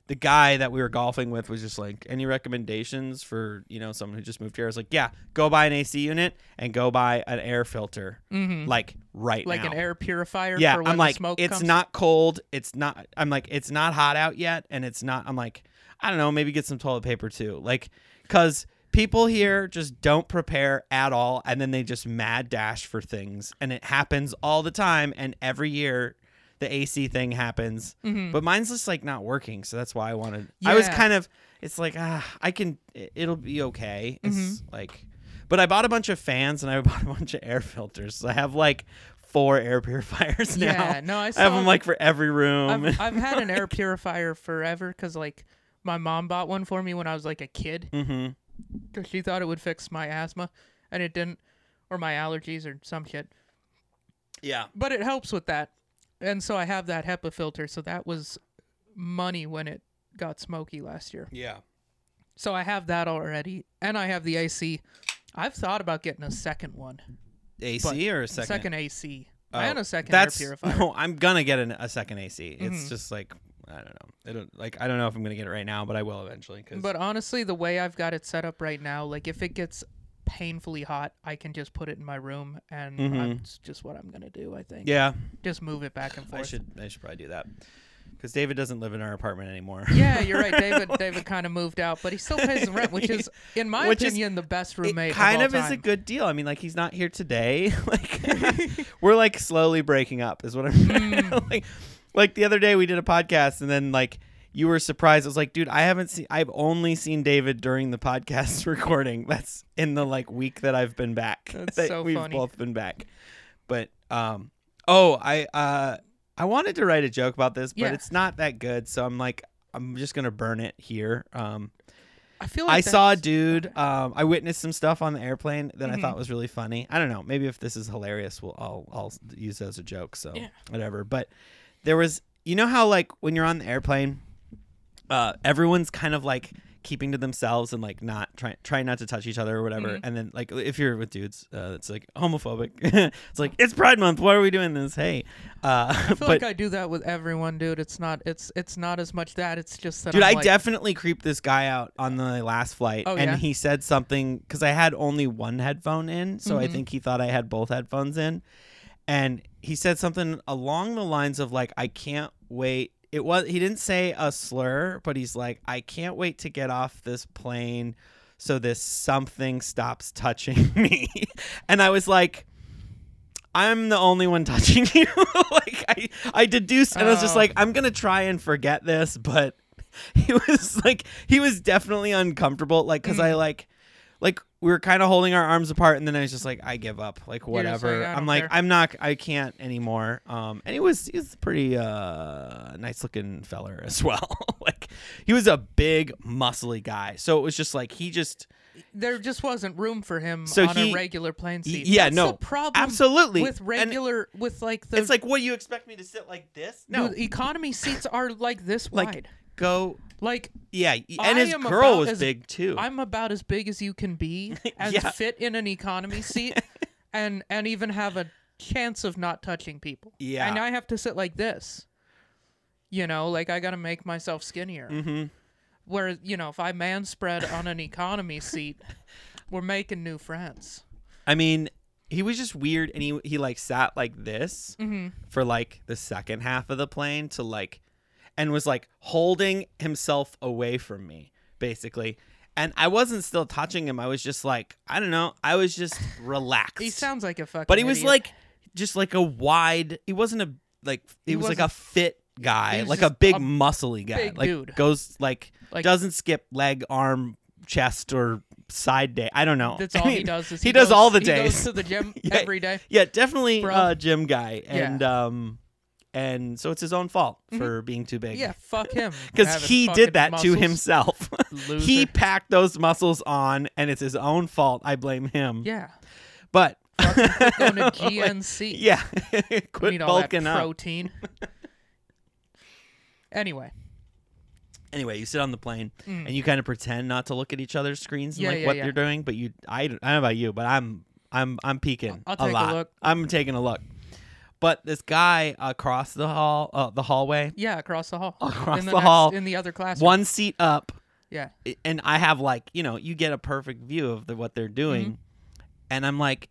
Speaker 2: the guy that we were golfing with was just like, any recommendations for, you know, someone who just moved here? I was like, yeah, go buy an AC unit and go buy an air filter.
Speaker 1: Mhm.
Speaker 2: Like right
Speaker 1: like
Speaker 2: now.
Speaker 1: an air purifier.
Speaker 2: Yeah,
Speaker 1: for when
Speaker 2: I'm like,
Speaker 1: the smoke
Speaker 2: it's
Speaker 1: comes.
Speaker 2: not cold. It's not. I'm like, it's not hot out yet, and it's not. I'm like, I don't know. Maybe get some toilet paper too, like, because people here just don't prepare at all, and then they just mad dash for things, and it happens all the time, and every year. The AC thing happens, but mine's just like not working, so that's why I wanted. I was
Speaker 1: Mm-hmm. Yeah.
Speaker 2: kind of, it's like ah, I can, it- it'll be okay. It's
Speaker 1: Mm-hmm.
Speaker 2: like, but I bought a bunch of fans and I [laughs] bought a bunch of air filters, so I have like four air purifiers [laughs] now.
Speaker 1: [laughs] Yeah, no, I
Speaker 2: I have
Speaker 1: saw-
Speaker 2: them like for every room.
Speaker 1: I've, I've had an air purifier forever because like my mom bought one for me when I was like a kid.
Speaker 2: [laughs] mm-hmm.
Speaker 1: 'cause she thought it would fix my asthma, and it didn't, or my allergies or some shit.
Speaker 2: Yeah,
Speaker 1: But it helps with that, and so I have that HEPA filter. So that was money when it got smoky last year.
Speaker 2: yeah.
Speaker 1: So I have that already, and I have the AC. I've thought about getting a second one,
Speaker 2: AC or a second?
Speaker 1: second, AC, and
Speaker 2: Oh,
Speaker 1: a second
Speaker 2: That's
Speaker 1: air
Speaker 2: [laughs]
Speaker 1: purifier. Mm-hmm.
Speaker 2: no. I'm gonna get an, a second AC. It's just like I don't know. It'll like I don't know if I'm gonna get it right now, but I will eventually. Cause
Speaker 1: But honestly, the way I've got it set up right now, like if it gets painfully hot, I can just put it in my room, and that's just what I'm gonna do. I think.
Speaker 2: Mm-hmm. yeah,
Speaker 1: Just move it back and forth.
Speaker 2: I should I should probably do that because David doesn't live in our apartment anymore.
Speaker 1: Yeah, you're
Speaker 2: [laughs]
Speaker 1: right. David David kind of moved out, but he still pays the rent, which is, in my
Speaker 2: Which is-
Speaker 1: opinion, the best
Speaker 2: it
Speaker 1: roommate.
Speaker 2: kind
Speaker 1: of,
Speaker 2: of
Speaker 1: all
Speaker 2: is a
Speaker 1: time.
Speaker 2: good deal. I mean, like he's not here today. [laughs] like we're like slowly breaking up, is what I'm
Speaker 1: Hmm.
Speaker 2: [laughs] like. Like the other day we did a podcast, and then like you were surprised. I was like, dude, I haven't seen. I've only seen David during the podcast [laughs] recording. That's in the like week that I've been back.
Speaker 1: That's
Speaker 2: that
Speaker 1: so
Speaker 2: we've
Speaker 1: funny.
Speaker 2: both been back. But um, oh, I uh, I wanted to write a joke about this, but
Speaker 1: Yeah.
Speaker 2: it's not that good. So I'm like, I'm just gonna burn it here. Um.
Speaker 1: I feel like
Speaker 2: I saw a
Speaker 1: that's- Mm-hmm.
Speaker 2: dude. Um, I witnessed some stuff on the airplane that I thought was really funny. I don't know. Maybe if this is hilarious, we'll I'll, I'll use it as a joke. So
Speaker 1: Yeah.
Speaker 2: whatever. But there was, you know how like when you're on the airplane, uh, everyone's kind of like keeping to themselves and like not trying trying not to touch each other or whatever.
Speaker 1: Mm-hmm.
Speaker 2: And then like if you're with dudes, uh, it's like homophobic. [laughs] it's like it's Pride Month. Why are we doing this? Hey, uh,
Speaker 1: I feel
Speaker 2: [laughs] but
Speaker 1: like I do that with everyone, dude. It's not. It's it's not as much that. It's just that.
Speaker 2: Dude,
Speaker 1: I'm
Speaker 2: I
Speaker 1: like,
Speaker 2: definitely creeped this guy out on the last flight,
Speaker 1: Oh,
Speaker 2: and
Speaker 1: yeah?
Speaker 2: he said something because I had only one headphone in, so
Speaker 1: Mm-hmm.
Speaker 2: I think he thought I had both headphones in, and he said something along the lines of like, "I can't wait." It was he didn't say a slur, but he's like, "I can't wait to get off this plane, so this something stops touching [laughs] me," and I was like. I'm the only one touching [laughs] you. like I, I deduced, and I was just
Speaker 1: Oh.
Speaker 2: like, I'm gonna try and forget this, but [laughs] he was like, he was definitely uncomfortable. Like, cause
Speaker 1: Mm-hmm.
Speaker 2: I like, like we were kind of holding our arms apart, and then I was just like, I give up. Like
Speaker 1: just
Speaker 2: whatever.
Speaker 1: like, I
Speaker 2: I'm
Speaker 1: don't
Speaker 2: like,
Speaker 1: care.
Speaker 2: I'm not, I can't anymore. Um, and he was, he was a pretty uh, nice looking feller as [laughs] well. like he was a big, muscly guy, so it was just like he just.
Speaker 1: there just wasn't room for him
Speaker 2: So
Speaker 1: on
Speaker 2: he-
Speaker 1: a regular plane seat.
Speaker 2: yeah,
Speaker 1: That's
Speaker 2: no,
Speaker 1: the problem.
Speaker 2: absolutely.
Speaker 1: with
Speaker 2: And
Speaker 1: regular with like the
Speaker 2: It's like, what you expect me to sit like this? No,
Speaker 1: dude, economy seats are like this
Speaker 2: like
Speaker 1: wide.
Speaker 2: go
Speaker 1: Like
Speaker 2: Yeah, y-
Speaker 1: I
Speaker 2: and his
Speaker 1: am
Speaker 2: girl
Speaker 1: about
Speaker 2: was
Speaker 1: as-
Speaker 2: big too.
Speaker 1: I'm about
Speaker 2: [laughs]
Speaker 1: as big as you can be and
Speaker 2: Yeah. [laughs]
Speaker 1: fit in an economy seat and and even have a chance of not touching people.
Speaker 2: Yeah.
Speaker 1: And I have to sit like this. You know, like I got to make myself skinnier.
Speaker 2: Mm-hmm.
Speaker 1: Whereas, you know, if I man spread on an economy seat, we're making new friends.
Speaker 2: I mean, he was just weird, and he he like sat like this
Speaker 1: Mm-hmm.
Speaker 2: for like the second half of the plane to like, and was like holding himself away from me basically. And I wasn't still touching him. I was just like, I don't know. I was just relaxed.
Speaker 1: He sounds like a fucking.
Speaker 2: but he was
Speaker 1: idiot.
Speaker 2: like, just like a wide. He wasn't a like. He,
Speaker 1: He
Speaker 2: was like
Speaker 1: wasn't-
Speaker 2: a fit guy,
Speaker 1: he was
Speaker 2: like a
Speaker 1: just
Speaker 2: big
Speaker 1: a
Speaker 2: muscly guy,
Speaker 1: big
Speaker 2: like
Speaker 1: dude.
Speaker 2: goes like,
Speaker 1: Like-
Speaker 2: doesn't skip leg, arm, chest, or side day. I don't know. [laughs]
Speaker 1: That's
Speaker 2: I
Speaker 1: all he
Speaker 2: mean,
Speaker 1: does. Is
Speaker 2: he,
Speaker 1: he
Speaker 2: does
Speaker 1: goes-
Speaker 2: all the
Speaker 1: he
Speaker 2: days.
Speaker 1: Goes to the gym
Speaker 2: Yeah.
Speaker 1: every day.
Speaker 2: [laughs] Yeah, definitely
Speaker 1: Bro.
Speaker 2: uh, gym guy,
Speaker 1: Yeah. Mm-hmm.
Speaker 2: and um, and so it's his own fault for being too big.
Speaker 1: Yeah, fuck
Speaker 2: [laughs]
Speaker 1: him.
Speaker 2: because
Speaker 1: Having
Speaker 2: he
Speaker 1: fucking
Speaker 2: did that to
Speaker 1: muscles.
Speaker 2: himself. [laughs] he
Speaker 1: Loser.
Speaker 2: packed those muscles on, and it's his own fault. I blame him.
Speaker 1: Yeah,
Speaker 2: But [laughs]
Speaker 1: going to GNC.
Speaker 2: yeah, [laughs]
Speaker 1: We
Speaker 2: quit
Speaker 1: need all that
Speaker 2: bulking up.
Speaker 1: protein. anyway,
Speaker 2: Anyway, you sit on the plane and you kind of pretend not to look at each other's screens
Speaker 1: Mm.
Speaker 2: and
Speaker 1: Yeah,
Speaker 2: like
Speaker 1: yeah,
Speaker 2: what
Speaker 1: yeah.
Speaker 2: they're doing, but you I, I don't know about you, but I'm I'm I'm peeking
Speaker 1: I'll take
Speaker 2: a
Speaker 1: a
Speaker 2: lot.
Speaker 1: look.
Speaker 2: I'm taking a look. But this guy across the hall, uh, the hallway,
Speaker 1: yeah, across the hall.
Speaker 2: [laughs] Across
Speaker 1: in
Speaker 2: the hall.
Speaker 1: in the other classroom.
Speaker 2: one seat up,
Speaker 1: Yeah.
Speaker 2: i- and I have like you know you get a perfect view of the, what they're doing,
Speaker 1: Mm-hmm.
Speaker 2: and I'm like,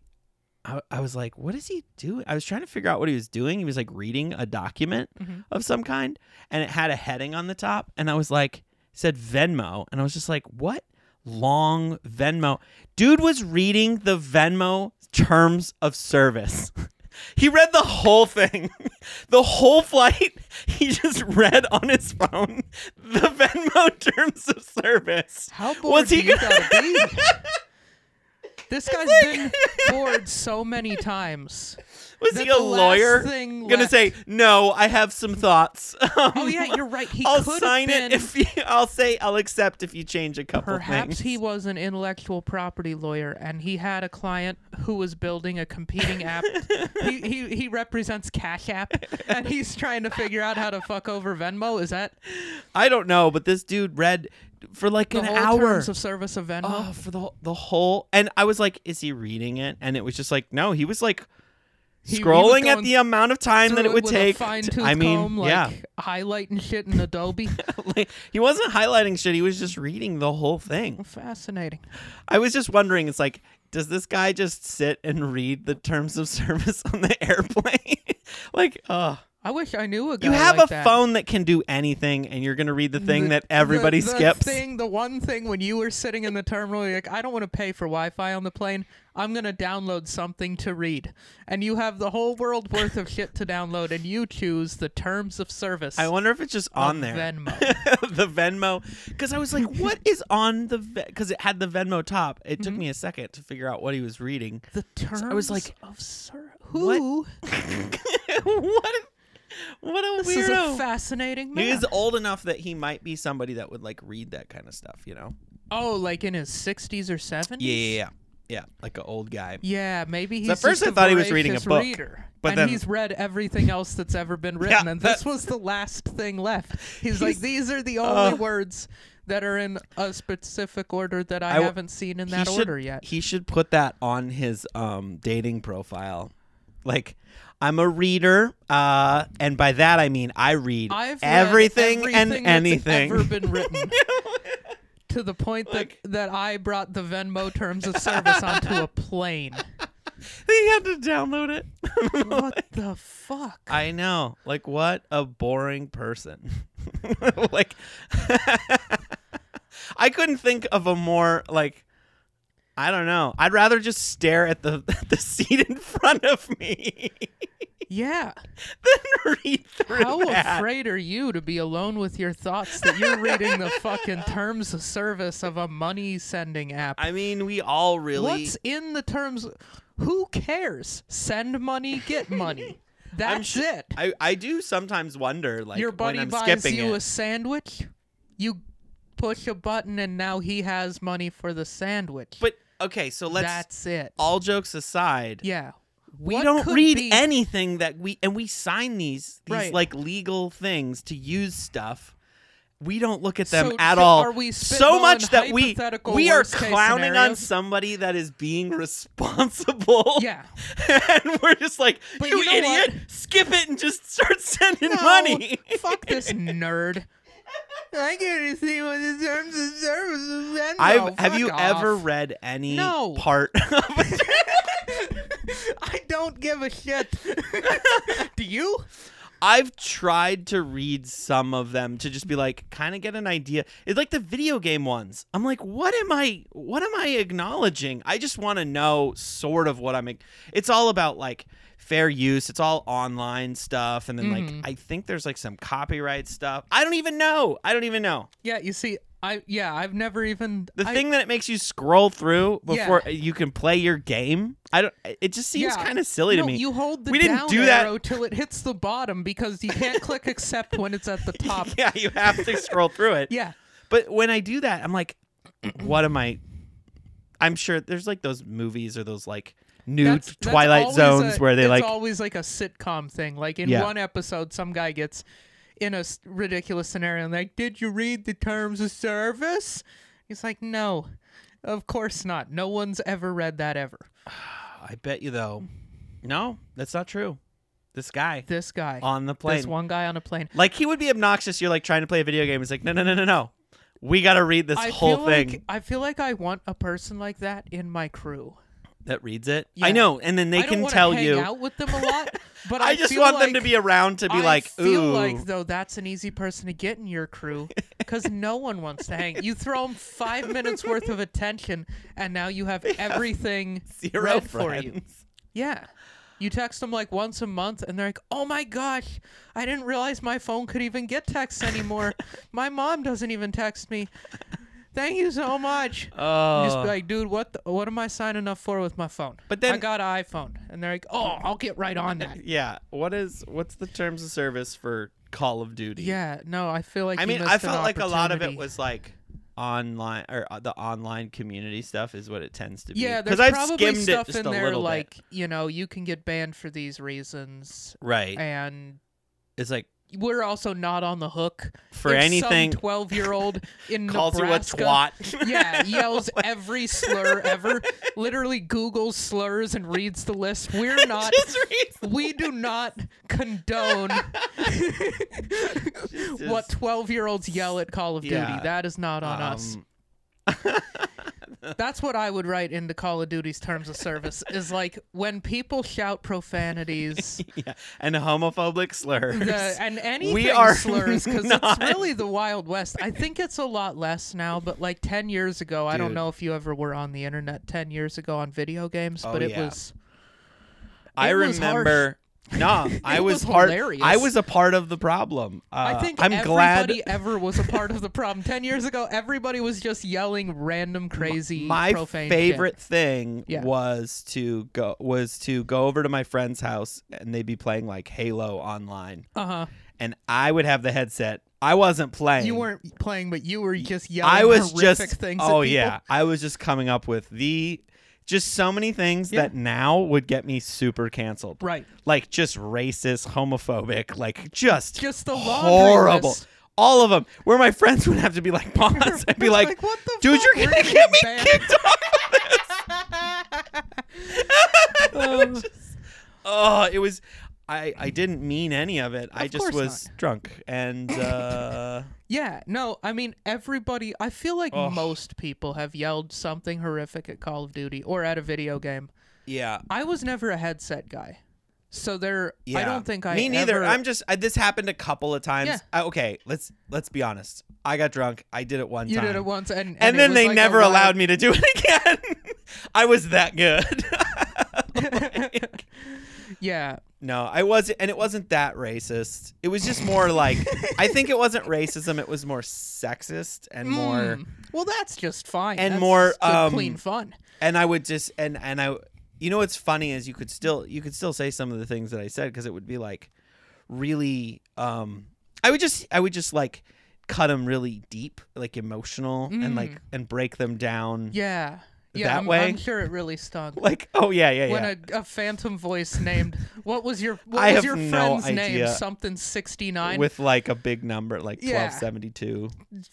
Speaker 2: I, I was like, what is he doing? I was trying to figure out what he was doing. He was like reading a document
Speaker 1: Mhm.
Speaker 2: of some kind, and it had a heading on the top, and I was like, it said Venmo, and I was just like, what long Venmo? Dude was reading the Venmo terms of service. [laughs] He read the whole thing. [laughs] The whole flight, [laughs] he just read on his phone the Venmo [laughs] terms of service.
Speaker 1: How bored
Speaker 2: Was he
Speaker 1: do you
Speaker 2: gonna-
Speaker 1: gotta be?
Speaker 2: [laughs]
Speaker 1: This guy's been bored so many times.
Speaker 2: Was
Speaker 1: That
Speaker 2: he a
Speaker 1: the last
Speaker 2: lawyer?
Speaker 1: thing
Speaker 2: Gonna
Speaker 1: left-
Speaker 2: say, no, I have some thoughts. [laughs] Um,
Speaker 1: Oh yeah, you're right. He
Speaker 2: I'll
Speaker 1: could
Speaker 2: sign
Speaker 1: have been.
Speaker 2: it if you, [laughs] I'll say I'll accept if you change a couple
Speaker 1: Perhaps
Speaker 2: things.
Speaker 1: he was an intellectual property lawyer and he had a client who was building a competing
Speaker 2: [laughs]
Speaker 1: app. he, he he represents Cash App and he's trying to figure out how to fuck over Venmo. Is that
Speaker 2: I don't know, but this dude read for like
Speaker 1: the
Speaker 2: an
Speaker 1: whole
Speaker 2: hour.
Speaker 1: terms of service of Venmo?
Speaker 2: Oh, for the whole- the whole and I was like, is he reading it? And it was just like, no, he was like
Speaker 1: He- he was
Speaker 2: scrolling at
Speaker 1: going
Speaker 2: the amount of time that
Speaker 1: Through
Speaker 2: it would
Speaker 1: with
Speaker 2: take.
Speaker 1: A
Speaker 2: to-
Speaker 1: fine-tooth
Speaker 2: I mean,
Speaker 1: comb, like,
Speaker 2: yeah,
Speaker 1: highlighting shit in Adobe.
Speaker 2: [laughs] like, he wasn't highlighting shit. He was just reading the whole thing.
Speaker 1: Fascinating.
Speaker 2: I was just wondering, it's like, does this guy just sit and read the terms of [laughs] service on the airplane? [laughs] like, uh
Speaker 1: I wish I knew a guy.
Speaker 2: you have
Speaker 1: like
Speaker 2: a
Speaker 1: that.
Speaker 2: phone that can do anything, and you're gonna read the thing
Speaker 1: The-
Speaker 2: that everybody
Speaker 1: the, the
Speaker 2: skips.
Speaker 1: Thing, the one thing when you were sitting in the terminal, you're like, I don't want to pay for Wi-Fi on the plane. I'm gonna download something to read, and you have the whole world worth of shit to download, and you choose the terms of service.
Speaker 2: I wonder if it's just on
Speaker 1: of
Speaker 2: there.
Speaker 1: Venmo.
Speaker 2: [laughs] the Venmo because I was like, what is on the because it had the Venmo top. It
Speaker 1: Mm-hmm.
Speaker 2: took me a second to figure out what he
Speaker 1: [laughs]
Speaker 2: was reading. [laughs]
Speaker 1: The terms
Speaker 2: I was like,
Speaker 1: of service. Who?
Speaker 2: what? A, what a
Speaker 1: This is a
Speaker 2: weirdo.
Speaker 1: fascinating man.
Speaker 2: he is old enough that he might be somebody that would like read that kind of stuff. You know?
Speaker 1: oh, like in his 60s or 70s.
Speaker 2: Yeah, yeah, yeah, yeah. Like an old guy.
Speaker 1: Yeah, maybe he's
Speaker 2: at first
Speaker 1: just
Speaker 2: I thought he was
Speaker 1: voracious
Speaker 2: reading a book,
Speaker 1: reader,
Speaker 2: but
Speaker 1: and
Speaker 2: then-
Speaker 1: he's read everything else that's ever
Speaker 2: [laughs]
Speaker 1: been written, and this
Speaker 2: that-
Speaker 1: was the last thing left. He's, like, these are the
Speaker 2: uh,
Speaker 1: only words that are in a specific order that I,
Speaker 2: I w-
Speaker 1: haven't seen in that
Speaker 2: he
Speaker 1: order
Speaker 2: should,
Speaker 1: yet.
Speaker 2: He should put that on his um, dating profile. Like, I'm a reader, uh, and by that I mean I read
Speaker 1: I've read
Speaker 2: everything, and
Speaker 1: everything that's
Speaker 2: anything.
Speaker 1: ever been written. To the point that, that I brought the Venmo terms
Speaker 2: [laughs]
Speaker 1: of service onto a plane.
Speaker 2: [laughs] he had to download it. [laughs]
Speaker 1: What the fuck?
Speaker 2: I know. Like, what a boring person. [laughs] like, [laughs] I couldn't think of a more, like, I don't know. I'd rather just stare at the [laughs] the seat in front of me [laughs]
Speaker 1: yeah.
Speaker 2: than read through
Speaker 1: How
Speaker 2: that.
Speaker 1: afraid are you to be alone with your thoughts that you're reading the fucking terms of service of a money sending app?
Speaker 2: I mean, we all really.
Speaker 1: What's in the terms? Who cares? Send money, get
Speaker 2: [laughs]
Speaker 1: money. That's
Speaker 2: su-
Speaker 1: it.
Speaker 2: I, I do sometimes wonder, like,
Speaker 1: Your
Speaker 2: when
Speaker 1: buddy
Speaker 2: I'm
Speaker 1: buys
Speaker 2: skipping
Speaker 1: you
Speaker 2: it.
Speaker 1: a sandwich. You push a button and now he has money for the sandwich.
Speaker 2: But okay, so let's.
Speaker 1: That's it.
Speaker 2: all jokes aside,
Speaker 1: Yeah.
Speaker 2: we
Speaker 1: What
Speaker 2: don't
Speaker 1: could
Speaker 2: read
Speaker 1: be-
Speaker 2: anything that we and we sign these these
Speaker 1: Right.
Speaker 2: like legal things to use stuff we don't look at them
Speaker 1: So
Speaker 2: at
Speaker 1: j-
Speaker 2: all.
Speaker 1: are we
Speaker 2: so much
Speaker 1: spitballing
Speaker 2: that we
Speaker 1: hypothetical
Speaker 2: we are
Speaker 1: worst-case
Speaker 2: clowning on
Speaker 1: scenarios?
Speaker 2: somebody that is being responsible.
Speaker 1: Yeah.
Speaker 2: [laughs] and we're just like,
Speaker 1: But
Speaker 2: you,
Speaker 1: you know
Speaker 2: idiot, skip it and just start [laughs] sending
Speaker 1: No,
Speaker 2: money.
Speaker 1: Fuck
Speaker 2: [laughs]
Speaker 1: this nerd. I get to see what the terms of service is. and no,
Speaker 2: I've, have
Speaker 1: fuck
Speaker 2: you
Speaker 1: off. [laughs]
Speaker 2: ever read any
Speaker 1: No.
Speaker 2: part [laughs] of
Speaker 1: I don't give a shit.
Speaker 2: [laughs]
Speaker 1: Do you?
Speaker 2: I've tried to read some of them to just be like, kind of get an idea. It's like the video game ones. I'm like, what am I? What am I acknowledging? I just want to know sort of what I'm. ac- It's all about like fair use. It's all online stuff, and then
Speaker 1: Mm-hmm.
Speaker 2: like I think there's like some copyright stuff. I don't even know. I don't even know.
Speaker 1: Yeah, you see, I yeah, I've never even
Speaker 2: The
Speaker 1: I-
Speaker 2: thing that it makes you scroll through
Speaker 1: Yeah.
Speaker 2: before you can play your game. I don't. It just seems
Speaker 1: Yeah.
Speaker 2: kind of silly
Speaker 1: no,
Speaker 2: to me.
Speaker 1: You hold the
Speaker 2: We didn't
Speaker 1: down
Speaker 2: do that-
Speaker 1: arrow till it hits the bottom because you can't click accept when it's at the top.
Speaker 2: yeah, [laughs] you have to scroll through it.
Speaker 1: Yeah.
Speaker 2: But when I do that, I'm like, [clears throat] what am I? I'm sure there's like those movies or those like nude
Speaker 1: That's- that's
Speaker 2: Twilight
Speaker 1: always
Speaker 2: Zones
Speaker 1: a-
Speaker 2: where they
Speaker 1: it's
Speaker 2: like,
Speaker 1: always like a sitcom thing. Like in
Speaker 2: Yeah.
Speaker 1: one episode, some guy gets in a s- ridiculous scenario and like, "Did you read the terms of service?" He's like, "No, of course not. No one's ever read that ever."
Speaker 2: I bet you though, no, that's not true. This guy
Speaker 1: This guy,
Speaker 2: on the
Speaker 1: this
Speaker 2: plane,
Speaker 1: one guy on a plane.
Speaker 2: like he would be obnoxious. You're like trying to play a video game. He's like, no, no, no, no, no. We got to read this
Speaker 1: I
Speaker 2: whole
Speaker 1: feel
Speaker 2: thing
Speaker 1: like I feel like I want a person like that in my crew.
Speaker 2: that reads it. I
Speaker 1: Yeah.
Speaker 2: know, and then they
Speaker 1: I don't
Speaker 2: can
Speaker 1: wanna
Speaker 2: tell
Speaker 1: hang
Speaker 2: you.
Speaker 1: out with them a
Speaker 2: [laughs]
Speaker 1: lot, but I,
Speaker 2: I just
Speaker 1: feel
Speaker 2: want
Speaker 1: like-
Speaker 2: them to be around to be
Speaker 1: I
Speaker 2: like,
Speaker 1: feel
Speaker 2: ooh,
Speaker 1: [laughs] like though that's an easy person to get in your crew
Speaker 2: [laughs]
Speaker 1: because no one wants to hang. You throw them five minutes worth of attention, and now you
Speaker 2: [laughs]
Speaker 1: have everything
Speaker 2: zero
Speaker 1: read
Speaker 2: friends.
Speaker 1: for you. Yeah. You text them like once a month, and they're like, "Oh my gosh, I didn't realize my phone could even get texts anymore. my mom doesn't even text me. Thank you so much."
Speaker 2: Oh,
Speaker 1: You just be like, dude, what the, what am I signing up for with my phone?
Speaker 2: But then-
Speaker 1: I got an iPhone, and they're like, oh, I'll get right on that.
Speaker 2: yeah. What is what's the terms of service for Call of Duty?
Speaker 1: Yeah, no, I feel like
Speaker 2: I
Speaker 1: you
Speaker 2: mean,
Speaker 1: missed
Speaker 2: I
Speaker 1: an
Speaker 2: felt like a lot of it
Speaker 1: opportunity.
Speaker 2: was like online or uh, the online community stuff is what it tends to be.
Speaker 1: yeah. There's
Speaker 2: because I've
Speaker 1: probably
Speaker 2: skimmed
Speaker 1: stuff
Speaker 2: it just
Speaker 1: in
Speaker 2: a
Speaker 1: there
Speaker 2: little
Speaker 1: like
Speaker 2: bit.
Speaker 1: you know you can get banned for these reasons,
Speaker 2: Right,
Speaker 1: and
Speaker 2: it's like
Speaker 1: we're also not on the hook
Speaker 2: for
Speaker 1: If some
Speaker 2: anything
Speaker 1: Twelve-year-old
Speaker 2: [laughs]
Speaker 1: in
Speaker 2: calls you a
Speaker 1: Nebraska, [laughs]
Speaker 2: twat. [laughs]
Speaker 1: yeah, yells every slur ever. Literally Googles slurs and reads the list.
Speaker 2: [laughs]
Speaker 1: We're not.
Speaker 2: Just reads-
Speaker 1: we do not condone what
Speaker 2: [laughs] just-
Speaker 1: 12 year olds yell at Call of
Speaker 2: Yeah.
Speaker 1: Duty. That is not on us.
Speaker 2: Um,
Speaker 1: That's what I would write into Call of Duty's terms of service is like when people shout profanities
Speaker 2: [laughs] yeah, and homophobic slurs. [laughs]
Speaker 1: the, and anything
Speaker 2: are
Speaker 1: slurs because
Speaker 2: not-
Speaker 1: it's really the Wild West. I think it's a lot less now, but like 10 years ago, I don't
Speaker 2: Dude.
Speaker 1: know if you ever were on the internet 10 years ago on video games,
Speaker 2: Oh,
Speaker 1: but it
Speaker 2: yeah.
Speaker 1: was.
Speaker 2: I
Speaker 1: it was harsh.
Speaker 2: remember.
Speaker 1: [laughs]
Speaker 2: Nah, I was,
Speaker 1: was
Speaker 2: part.
Speaker 1: hilarious.
Speaker 2: I was a part of the problem. Uh,
Speaker 1: I think
Speaker 2: I'm glad
Speaker 1: everybody ever was a part of the problem. Ten years ago, everybody was just yelling random crazy
Speaker 2: my
Speaker 1: profane shit.
Speaker 2: favorite thing
Speaker 1: Yeah.
Speaker 2: was to go was to go over to my friend's house and they'd be playing like Halo online
Speaker 1: Uh-huh.
Speaker 2: and I would have the headset. I wasn't playing.
Speaker 1: You weren't playing, but you were just yelling
Speaker 2: I was
Speaker 1: horrific
Speaker 2: just
Speaker 1: things at
Speaker 2: Oh
Speaker 1: people.
Speaker 2: yeah. I was just coming up with the just so many things
Speaker 1: Yeah.
Speaker 2: that now would get me super canceled.
Speaker 1: Right.
Speaker 2: Like just racist, homophobic, like just
Speaker 1: Just the laundry
Speaker 2: horrible.
Speaker 1: list.
Speaker 2: All of them, where my friends would have to be like, pause, and be like,
Speaker 1: Like, what the
Speaker 2: dude,
Speaker 1: fuck?
Speaker 2: you're
Speaker 1: We're
Speaker 2: gonna get me
Speaker 1: getting
Speaker 2: kicked off. [laughs]
Speaker 1: Um,
Speaker 2: Oh, it was. I I didn't mean any of it. I
Speaker 1: Of
Speaker 2: just
Speaker 1: course
Speaker 2: was drunk and uh,
Speaker 1: yeah, no, I mean everybody I feel like
Speaker 2: Ugh.
Speaker 1: most people have yelled something horrific at Call of Duty or at a video game.
Speaker 2: yeah.
Speaker 1: I was never a headset guy. So there
Speaker 2: Yeah.
Speaker 1: I don't think I
Speaker 2: Me neither.
Speaker 1: ever-
Speaker 2: I'm just. I, this happened a couple of times.
Speaker 1: Yeah.
Speaker 2: I- okay, let's let's be honest. I got drunk. I did it one
Speaker 1: you
Speaker 2: time.
Speaker 1: did it once and it
Speaker 2: and, then
Speaker 1: was
Speaker 2: they
Speaker 1: like a
Speaker 2: never
Speaker 1: wild-
Speaker 2: allowed me to do it [laughs] again. I was that good. [laughs]
Speaker 1: Yeah.
Speaker 2: no, I wasn't, and it wasn't that racist. It was just more like I think it wasn't racism. It was more sexist and more.
Speaker 1: Mm. Well, that's just fine.
Speaker 2: And
Speaker 1: That's
Speaker 2: more,
Speaker 1: good,
Speaker 2: um,
Speaker 1: clean fun.
Speaker 2: and I would just and and I you know what's funny is you could still you could still say some of the things that I said because it would be like really um I would just I would just like Hmm. cut them really deep like emotional and like and break them down
Speaker 1: Yeah. Yeah,
Speaker 2: that
Speaker 1: I'm,
Speaker 2: way.
Speaker 1: I'm sure it really stung.
Speaker 2: Like, oh yeah, yeah,
Speaker 1: when
Speaker 2: yeah.
Speaker 1: a, a phantom voice named what was your what
Speaker 2: I
Speaker 1: was
Speaker 2: have
Speaker 1: your
Speaker 2: no
Speaker 1: friend's name
Speaker 2: idea.
Speaker 1: something 69
Speaker 2: with like a big number, like
Speaker 1: Yeah.
Speaker 2: twelve seventy two.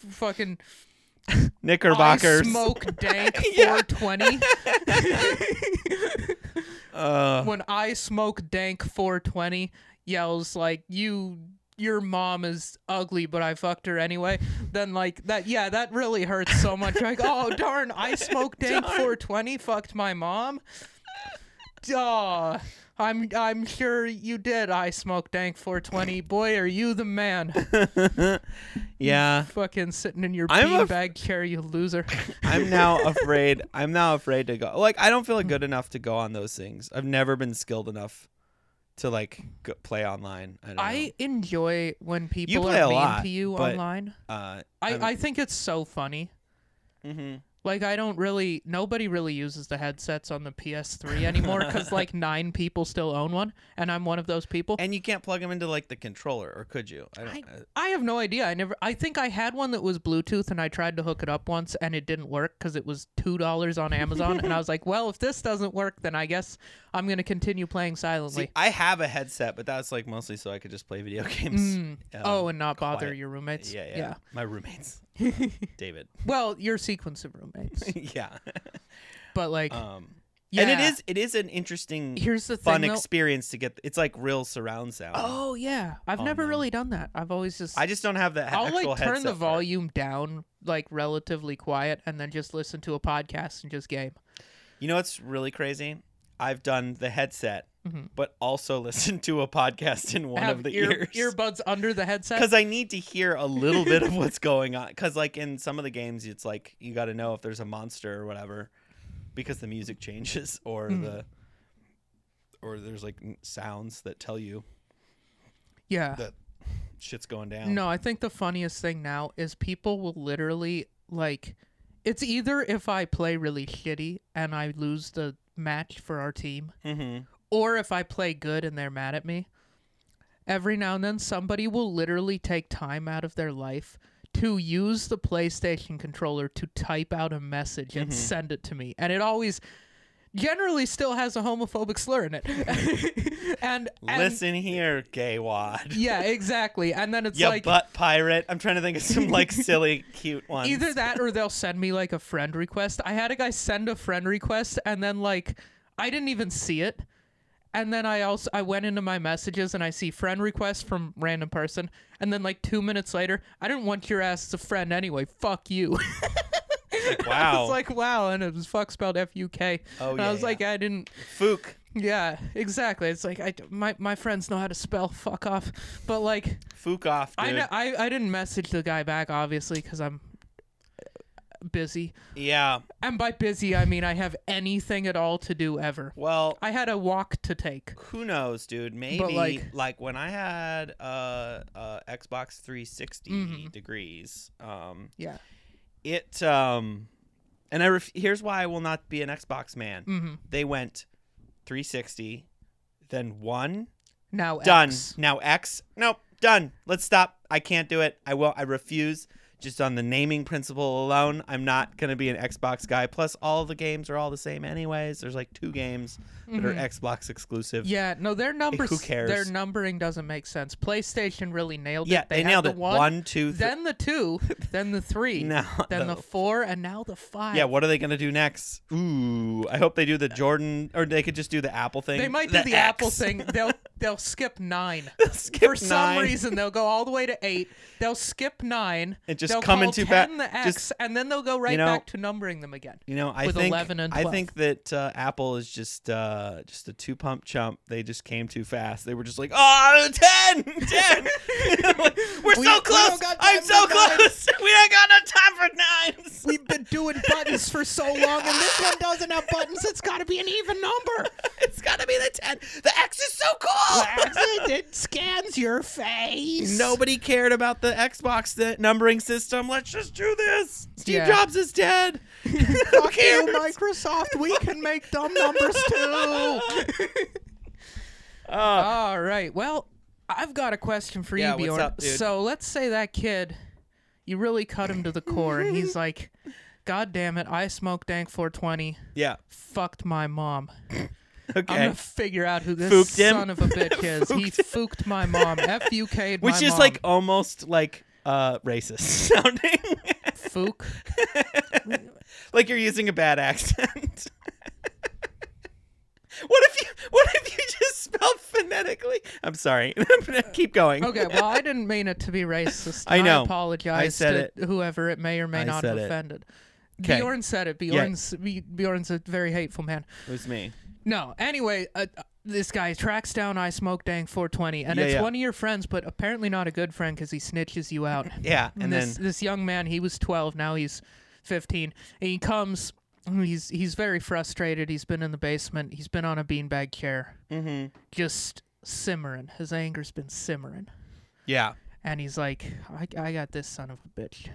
Speaker 1: fucking I
Speaker 2: Knickerbockers.
Speaker 1: smoke dank
Speaker 2: [laughs] Yeah.
Speaker 1: 420
Speaker 2: Uh,
Speaker 1: when I smoke dank 420 yells like you your mom is ugly but I fucked her anyway then like that yeah that really hurts so
Speaker 2: [laughs]
Speaker 1: much like oh darn I smoke dank 420 fucked my mom Duh. I'm I'm sure you did I smoke dank 420 boy are you the man [laughs]
Speaker 2: yeah.
Speaker 1: fucking sitting in your
Speaker 2: I'm a-
Speaker 1: beanbag chair you
Speaker 2: [laughs]
Speaker 1: loser
Speaker 2: I'm now
Speaker 1: [laughs]
Speaker 2: afraid. I'm now afraid to go. Like I don't feel
Speaker 1: Mm.
Speaker 2: good enough to go on those things. I've never been skilled enough to like go, play online. I, don't
Speaker 1: I enjoy when people
Speaker 2: play
Speaker 1: are
Speaker 2: a
Speaker 1: mean
Speaker 2: lot,
Speaker 1: to you
Speaker 2: but
Speaker 1: online
Speaker 2: know. Uh,
Speaker 1: I, I think it's so funny
Speaker 2: hmm
Speaker 1: Like I don't really nobody really uses the headsets on the PS3 anymore
Speaker 2: [laughs]
Speaker 1: cuz like 9 people still own one and I'm one of those people.
Speaker 2: And you can't plug them into like the controller, or could you? I don't.
Speaker 1: I,
Speaker 2: uh,
Speaker 1: I have no idea. I never I think I had one that was Bluetooth and I tried to hook it up once and it didn't work cuz it was $2 on Amazon and I was like, "Well, if this doesn't work, then I guess I'm going to continue playing silently."
Speaker 2: see, I have a headset, but that's like mostly so I could just play video [laughs] games.
Speaker 1: Mm.
Speaker 2: um,
Speaker 1: oh, and not bother
Speaker 2: quiet.
Speaker 1: your roommates.
Speaker 2: yeah, yeah, My
Speaker 1: [laughs]
Speaker 2: roommates,
Speaker 1: yeah.
Speaker 2: David. [laughs]
Speaker 1: well, your sequence of roommates.
Speaker 2: yeah.
Speaker 1: But like
Speaker 2: Um,
Speaker 1: yeah.
Speaker 2: And it is it is an interesting,
Speaker 1: Here's the
Speaker 2: fun
Speaker 1: thing though-
Speaker 2: experience to get. It's like real surround sound.
Speaker 1: Oh, yeah. I've
Speaker 2: Oh,
Speaker 1: never
Speaker 2: no.
Speaker 1: really done that. I've always just
Speaker 2: I just don't have that.
Speaker 1: I'll
Speaker 2: actual
Speaker 1: like turn
Speaker 2: headset
Speaker 1: the
Speaker 2: part.
Speaker 1: volume down like relatively quiet and then just listen to a podcast and just game.
Speaker 2: You know what's really crazy? I've done the headset,
Speaker 1: Mhm.
Speaker 2: but also [laughs] listened to a podcast in one
Speaker 1: Have
Speaker 2: of the
Speaker 1: ear-
Speaker 2: [laughs] ears
Speaker 1: earbuds under the headset.
Speaker 2: because I need to hear a little bit of what's going on. Because like in some of the games, it's like you got to know if there's a monster or whatever because the music [laughs] changes or
Speaker 1: Mm.
Speaker 2: the or there's like n- sounds that tell you
Speaker 1: Yeah.
Speaker 2: that shit's going down.
Speaker 1: No, I think the funniest thing now is people will literally like it's either if I play really shitty and I lose the match for our team
Speaker 2: hmm
Speaker 1: or if I play good and they're mad at me. Every now and then somebody will literally take time out of their life to use the PlayStation controller to type out a message
Speaker 2: Mm-hmm.
Speaker 1: and send it to me. And it always generally still has a homophobic slur in it. [laughs] and, and-
Speaker 2: Listen here, gay wad.
Speaker 1: yeah, exactly. And then it's
Speaker 2: Yeah,
Speaker 1: like
Speaker 2: butt pirate. I'm trying to think of
Speaker 1: [laughs]
Speaker 2: some like silly, cute ones.
Speaker 1: either that or they'll send me like a friend request. I had a guy send a friend request and then like I didn't even see it. And then I also I went into my messages and I see friend request from random person and then like 2 minutes later, I didn't want your ass as a friend anyway. Fuck you. [laughs] I
Speaker 2: wow.
Speaker 1: was like, "Wow." And it was fuck spelled F U K.
Speaker 2: Oh,
Speaker 1: and
Speaker 2: yeah,
Speaker 1: I was
Speaker 2: yeah.
Speaker 1: like, "I didn't
Speaker 2: Fook.
Speaker 1: Yeah, exactly. It's like I my my friends know how to spell fuck off. But like
Speaker 2: Fook off, dude.
Speaker 1: I, know, I I didn't message the guy back obviously cuz I'm uh, busy.
Speaker 2: Yeah.
Speaker 1: And by busy, I mean I have anything at all to do ever.
Speaker 2: Well,
Speaker 1: I had a walk to take.
Speaker 2: who knows, dude? Maybe like,
Speaker 1: like-
Speaker 2: when I had uh, uh Xbox 360
Speaker 1: Mhm.
Speaker 2: degrees, um,
Speaker 1: Yeah.
Speaker 2: it um, and I ref- here's why I will not be an Xbox man.
Speaker 1: Mm-hmm.
Speaker 2: They went 360, then one,
Speaker 1: Now
Speaker 2: done.
Speaker 1: X.
Speaker 2: Now X, nope, done. Let's stop. I can't do it. I will. I refuse. Just on the naming principle alone, I'm not gonna be an Xbox guy. Plus, all the games are all the same, anyways. There's like two games that are Xbox exclusive.
Speaker 1: Mm-hmm. Yeah, no, their numbers.
Speaker 2: who cares?
Speaker 1: Their numbering doesn't make sense. PlayStation really nailed
Speaker 2: Yeah,
Speaker 1: it.
Speaker 2: they,
Speaker 1: had
Speaker 2: nailed
Speaker 1: the
Speaker 2: it.
Speaker 1: One,
Speaker 2: One, two, three.
Speaker 1: then the two, then the
Speaker 2: [laughs]
Speaker 1: three,
Speaker 2: No,
Speaker 1: then
Speaker 2: no.
Speaker 1: the four, and now the five.
Speaker 2: yeah, what are they gonna do next? Ooh, I hope they do the Jordan, or they could just do the Apple thing.
Speaker 1: they might do the
Speaker 2: X.
Speaker 1: Apple thing. They'll they'll skip nine.
Speaker 2: [laughs] Skip
Speaker 1: For some
Speaker 2: nine.
Speaker 1: reason, they'll go all the way to eight. They'll skip nine.
Speaker 2: And just
Speaker 1: they'll
Speaker 2: come
Speaker 1: call
Speaker 2: into ba-
Speaker 1: ten the X,
Speaker 2: just-
Speaker 1: and then they'll go right
Speaker 2: know-
Speaker 1: back to numbering them again.
Speaker 2: You know, I
Speaker 1: with
Speaker 2: think
Speaker 1: 11 and
Speaker 2: I
Speaker 1: 12.
Speaker 2: think that uh, Apple is just uh, just a two pump chump. They just came too fast. They were just like, oh, 10, [laughs] 10. we're
Speaker 1: We- we
Speaker 2: so
Speaker 1: don't
Speaker 2: close.
Speaker 1: got
Speaker 2: I'm
Speaker 1: time
Speaker 2: so
Speaker 1: for nines."
Speaker 2: close. [laughs] we ain't got no time for nines. [laughs]
Speaker 1: We've been doing buttons for so long, and this one doesn't have buttons. It's got to be an even number.
Speaker 2: it's gotta be the ten. The X is so cool.
Speaker 1: It scans your face.
Speaker 2: [laughs] Nobody cared about the Xbox th- numbering system. Let's just do this. Steve
Speaker 1: Yeah.
Speaker 2: Jobs
Speaker 1: [laughs]
Speaker 2: is dead. Who cares?
Speaker 1: Microsoft. We can make dumb numbers too.
Speaker 2: Uh,
Speaker 1: All right. Well, I've got a question for
Speaker 2: Yeah,
Speaker 1: you,
Speaker 2: what's
Speaker 1: Bjorn.
Speaker 2: up, dude?
Speaker 1: So let's say that kid, you really cut him to the core, and he's like, God damn it, I smoked dank 420.
Speaker 2: [laughs] Yeah.
Speaker 1: Fucked my mom. I'm
Speaker 2: Okay.
Speaker 1: gonna figure out who this
Speaker 2: Fooked him.
Speaker 1: son of a
Speaker 2: [laughs]
Speaker 1: bitch is. he fooked my mom. F U K.
Speaker 2: Which
Speaker 1: my
Speaker 2: is
Speaker 1: mom.
Speaker 2: like almost like uh racist [laughs] sounding.
Speaker 1: fook.
Speaker 2: like you're using a bad accent. [laughs] what if you what if you just spell phonetically? I'm sorry. [laughs] Keep going.
Speaker 1: Okay, well, I didn't mean it to be racist.
Speaker 2: I know.
Speaker 1: apologize
Speaker 2: I said
Speaker 1: to whoever it may or may
Speaker 2: I
Speaker 1: not
Speaker 2: said
Speaker 1: have
Speaker 2: it.
Speaker 1: offended.
Speaker 2: 'Kay.
Speaker 1: Bjorn said it. Bjorn's Bjorn's a very hateful man.
Speaker 2: It was me.
Speaker 1: No. Anyway, uh, uh, this guy tracks down I Smoke Dang 420, and
Speaker 2: Yeah,
Speaker 1: it's
Speaker 2: yeah.
Speaker 1: one of your friends, but apparently not a good friend because he snitches you out.
Speaker 2: Yeah, and
Speaker 1: this
Speaker 2: then
Speaker 1: this young man, he was 12, now he's 15, and he comes. He's he's very frustrated. He's been in the basement. He's been on a beanbag chair, mm-hmm. just simmering. His anger's been simmering,
Speaker 2: yeah.
Speaker 1: and he's like, I, "I got this son of a bitch.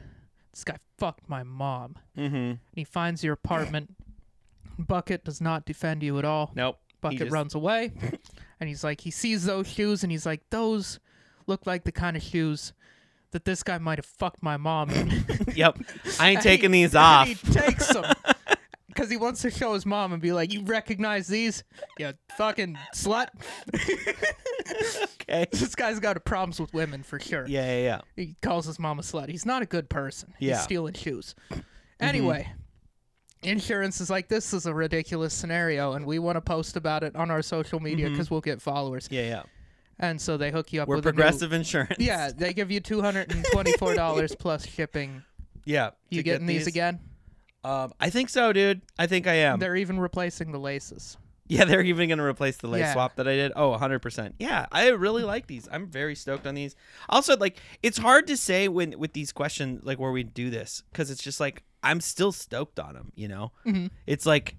Speaker 1: This guy fucked my mom." Mm-hmm. And he finds your apartment. Bucket does not defend you at all. [laughs]
Speaker 2: Nope. He
Speaker 1: Bucket
Speaker 2: just-
Speaker 1: runs away, [laughs] and he's like, he sees those shoes, and he's like, those look like the kind of shoes that this guy might have fucked my mom. in." [laughs]
Speaker 2: Yep. I ain't taking
Speaker 1: He- [laughs]
Speaker 2: these off.
Speaker 1: He takes
Speaker 2: [laughs]
Speaker 1: them because he wants to show his mom and be like, "You recognize these? You fucking slut." [laughs]
Speaker 2: Okay.
Speaker 1: this guy's got problems with women for sure.
Speaker 2: Yeah, yeah, yeah.
Speaker 1: He calls his mom a slut. He's not a good person.
Speaker 2: Yeah. Mm-hmm.
Speaker 1: He's stealing shoes.
Speaker 2: [clears throat]
Speaker 1: Anyway, insurance is like, this is a ridiculous scenario, and we want to post about it on our social media because we'll get followers.
Speaker 2: Yeah, yeah.
Speaker 1: And so they hook you up
Speaker 2: Mm-hmm. We're
Speaker 1: with a new-
Speaker 2: progressive insurance.
Speaker 1: yeah, they give you
Speaker 2: [laughs]
Speaker 1: $224 plus shipping.
Speaker 2: Yeah.
Speaker 1: You
Speaker 2: to get
Speaker 1: getting these, again?
Speaker 2: Um, I think so, dude. I think I am.
Speaker 1: They're even replacing the laces.
Speaker 2: yeah, they're even going to replace the lace
Speaker 1: Yeah.
Speaker 2: swap that I did. Oh, 100%. Yeah, I really like these. I'm very stoked on these. Also, like, it's hard to say when with these questions, like, where we do this, because it's just like, I'm still stoked on them, you know?
Speaker 1: Mm-hmm.
Speaker 2: It's like,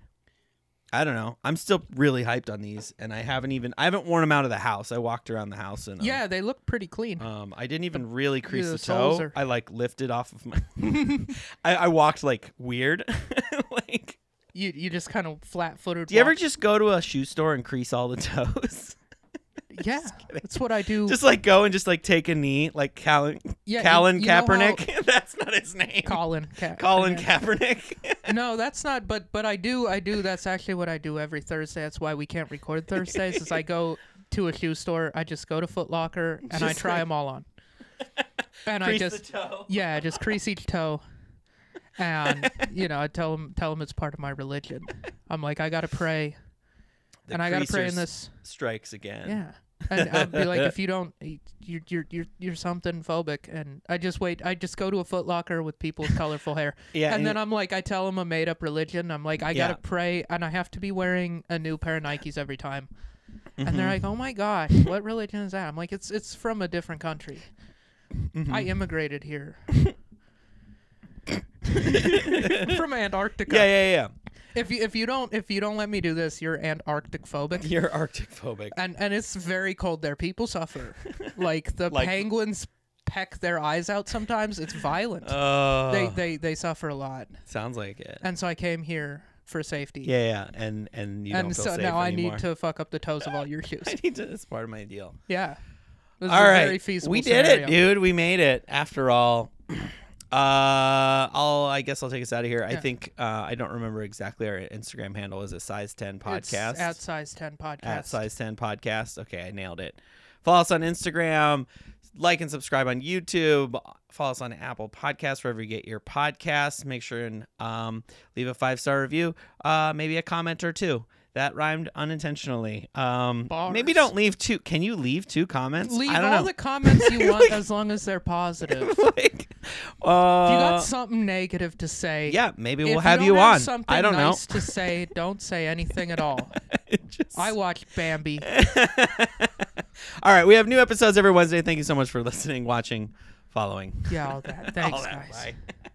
Speaker 2: I don't know. I'm still really hyped on these, and I haven't even, I haven't worn them out of the house. I walked around the house and um,
Speaker 1: Yeah, they look pretty clean.
Speaker 2: Um, I didn't even really crease
Speaker 1: the
Speaker 2: the,
Speaker 1: soles
Speaker 2: toe.
Speaker 1: are-
Speaker 2: I like lifted off
Speaker 1: [laughs]
Speaker 2: of my. [laughs] I, I walked like weird. [laughs] like,
Speaker 1: you you just kind of flat footed.
Speaker 2: do you ever just go to a shoe store and crease all the [laughs] toes? [laughs]
Speaker 1: Yeah, that's what I do.
Speaker 2: just like go and just like take a knee, like Callan
Speaker 1: Yeah, you-
Speaker 2: Callan
Speaker 1: you know how-
Speaker 2: Kaepernick. [laughs] That's not his name.
Speaker 1: Colin. Ka-
Speaker 2: [laughs] Colin
Speaker 1: yeah.
Speaker 2: Kaepernick.
Speaker 1: no, that's not. But but I do. I do. That's actually what I do every Thursday. That's why we can't record Thursdays. is I go to a shoe store. I just go to Foot Locker and I
Speaker 2: Just
Speaker 1: try
Speaker 2: like-
Speaker 1: them
Speaker 2: [laughs]
Speaker 1: all on. And [laughs] I
Speaker 2: crease
Speaker 1: just
Speaker 2: the toe.
Speaker 1: yeah, I just crease each toe. And you know, I tell them tell them it's part of my religion. I'm like, I gotta pray,
Speaker 2: The
Speaker 1: and I gotta pray
Speaker 2: creasers
Speaker 1: in this.
Speaker 2: strikes again.
Speaker 1: Yeah. [laughs] And I'd be like, if you
Speaker 2: [laughs]
Speaker 1: don't, you're you're you're you're something phobic. And I just wait. I just go to a Foot Locker with people with colorful hair.
Speaker 2: [laughs] Yeah,
Speaker 1: And,
Speaker 2: and
Speaker 1: then
Speaker 2: it-
Speaker 1: I'm like, I tell them a made up religion. I'm like, I
Speaker 2: Yeah.
Speaker 1: gotta pray, and I have to be wearing a new pair of Nikes every time. And
Speaker 2: Mm-hmm.
Speaker 1: they're like, oh my
Speaker 2: [laughs]
Speaker 1: gosh, what religion is that? I'm like, it's it's from a different country.
Speaker 2: Mm-hmm.
Speaker 1: I immigrated
Speaker 2: [laughs]
Speaker 1: here. [laughs] from Antarctica.
Speaker 2: Yeah, yeah, yeah.
Speaker 1: If you if you don't if you don't let me do this, you're Antarctic phobic
Speaker 2: You're Arctic phobic.
Speaker 1: and and it's very cold there. People suffer. like the
Speaker 2: Like-
Speaker 1: penguins peck their eyes out sometimes. It's violent.
Speaker 2: Oh,
Speaker 1: they they they suffer a lot.
Speaker 2: sounds like it.
Speaker 1: Uh, And so I came here for safety.
Speaker 2: Yeah, yeah, and and you
Speaker 1: And
Speaker 2: don't feel
Speaker 1: so
Speaker 2: safe
Speaker 1: now
Speaker 2: anymore.
Speaker 1: I need to fuck up the toes of all your shoes.
Speaker 2: [laughs] I need to. That's part of my deal.
Speaker 1: yeah. This is
Speaker 2: All
Speaker 1: a
Speaker 2: right,
Speaker 1: very feasible
Speaker 2: we did
Speaker 1: scenario.
Speaker 2: it, dude. We made it. After all, [clears throat] uh, I'll. I guess I'll take us out of here. I think uh, I don't remember exactly our Instagram handle. Is it size ten
Speaker 1: It's
Speaker 2: podcast?
Speaker 1: at size ten podcast.
Speaker 2: At size ten podcast. Okay, I nailed it. Follow us on Instagram. Like and subscribe on YouTube. Follow us on Apple Podcasts wherever you get your podcasts. Make sure and um, leave a five star review. Uh, maybe a comment or two. That rhymed unintentionally. Um, maybe
Speaker 1: Bars.
Speaker 2: don't leave two. Can you leave two comments?
Speaker 1: Leave
Speaker 2: I
Speaker 1: all
Speaker 2: don't know.
Speaker 1: the comments
Speaker 2: [laughs]
Speaker 1: you want as long as they're positive. If you
Speaker 2: like, uh,
Speaker 1: got something negative to say,
Speaker 2: yeah, maybe
Speaker 1: if
Speaker 2: we'll have
Speaker 1: don't
Speaker 2: you
Speaker 1: have
Speaker 2: on.
Speaker 1: Something
Speaker 2: I don't
Speaker 1: nice to say. Don't say anything at
Speaker 2: [laughs]
Speaker 1: all.
Speaker 2: know. Just-
Speaker 1: I watched Bambi.
Speaker 2: All right, we have new episodes every Wednesday. Thank you so much for listening, watching, following.
Speaker 1: Yeah, [laughs] all that. Thanks,
Speaker 2: All that.
Speaker 1: guys.
Speaker 2: Bye.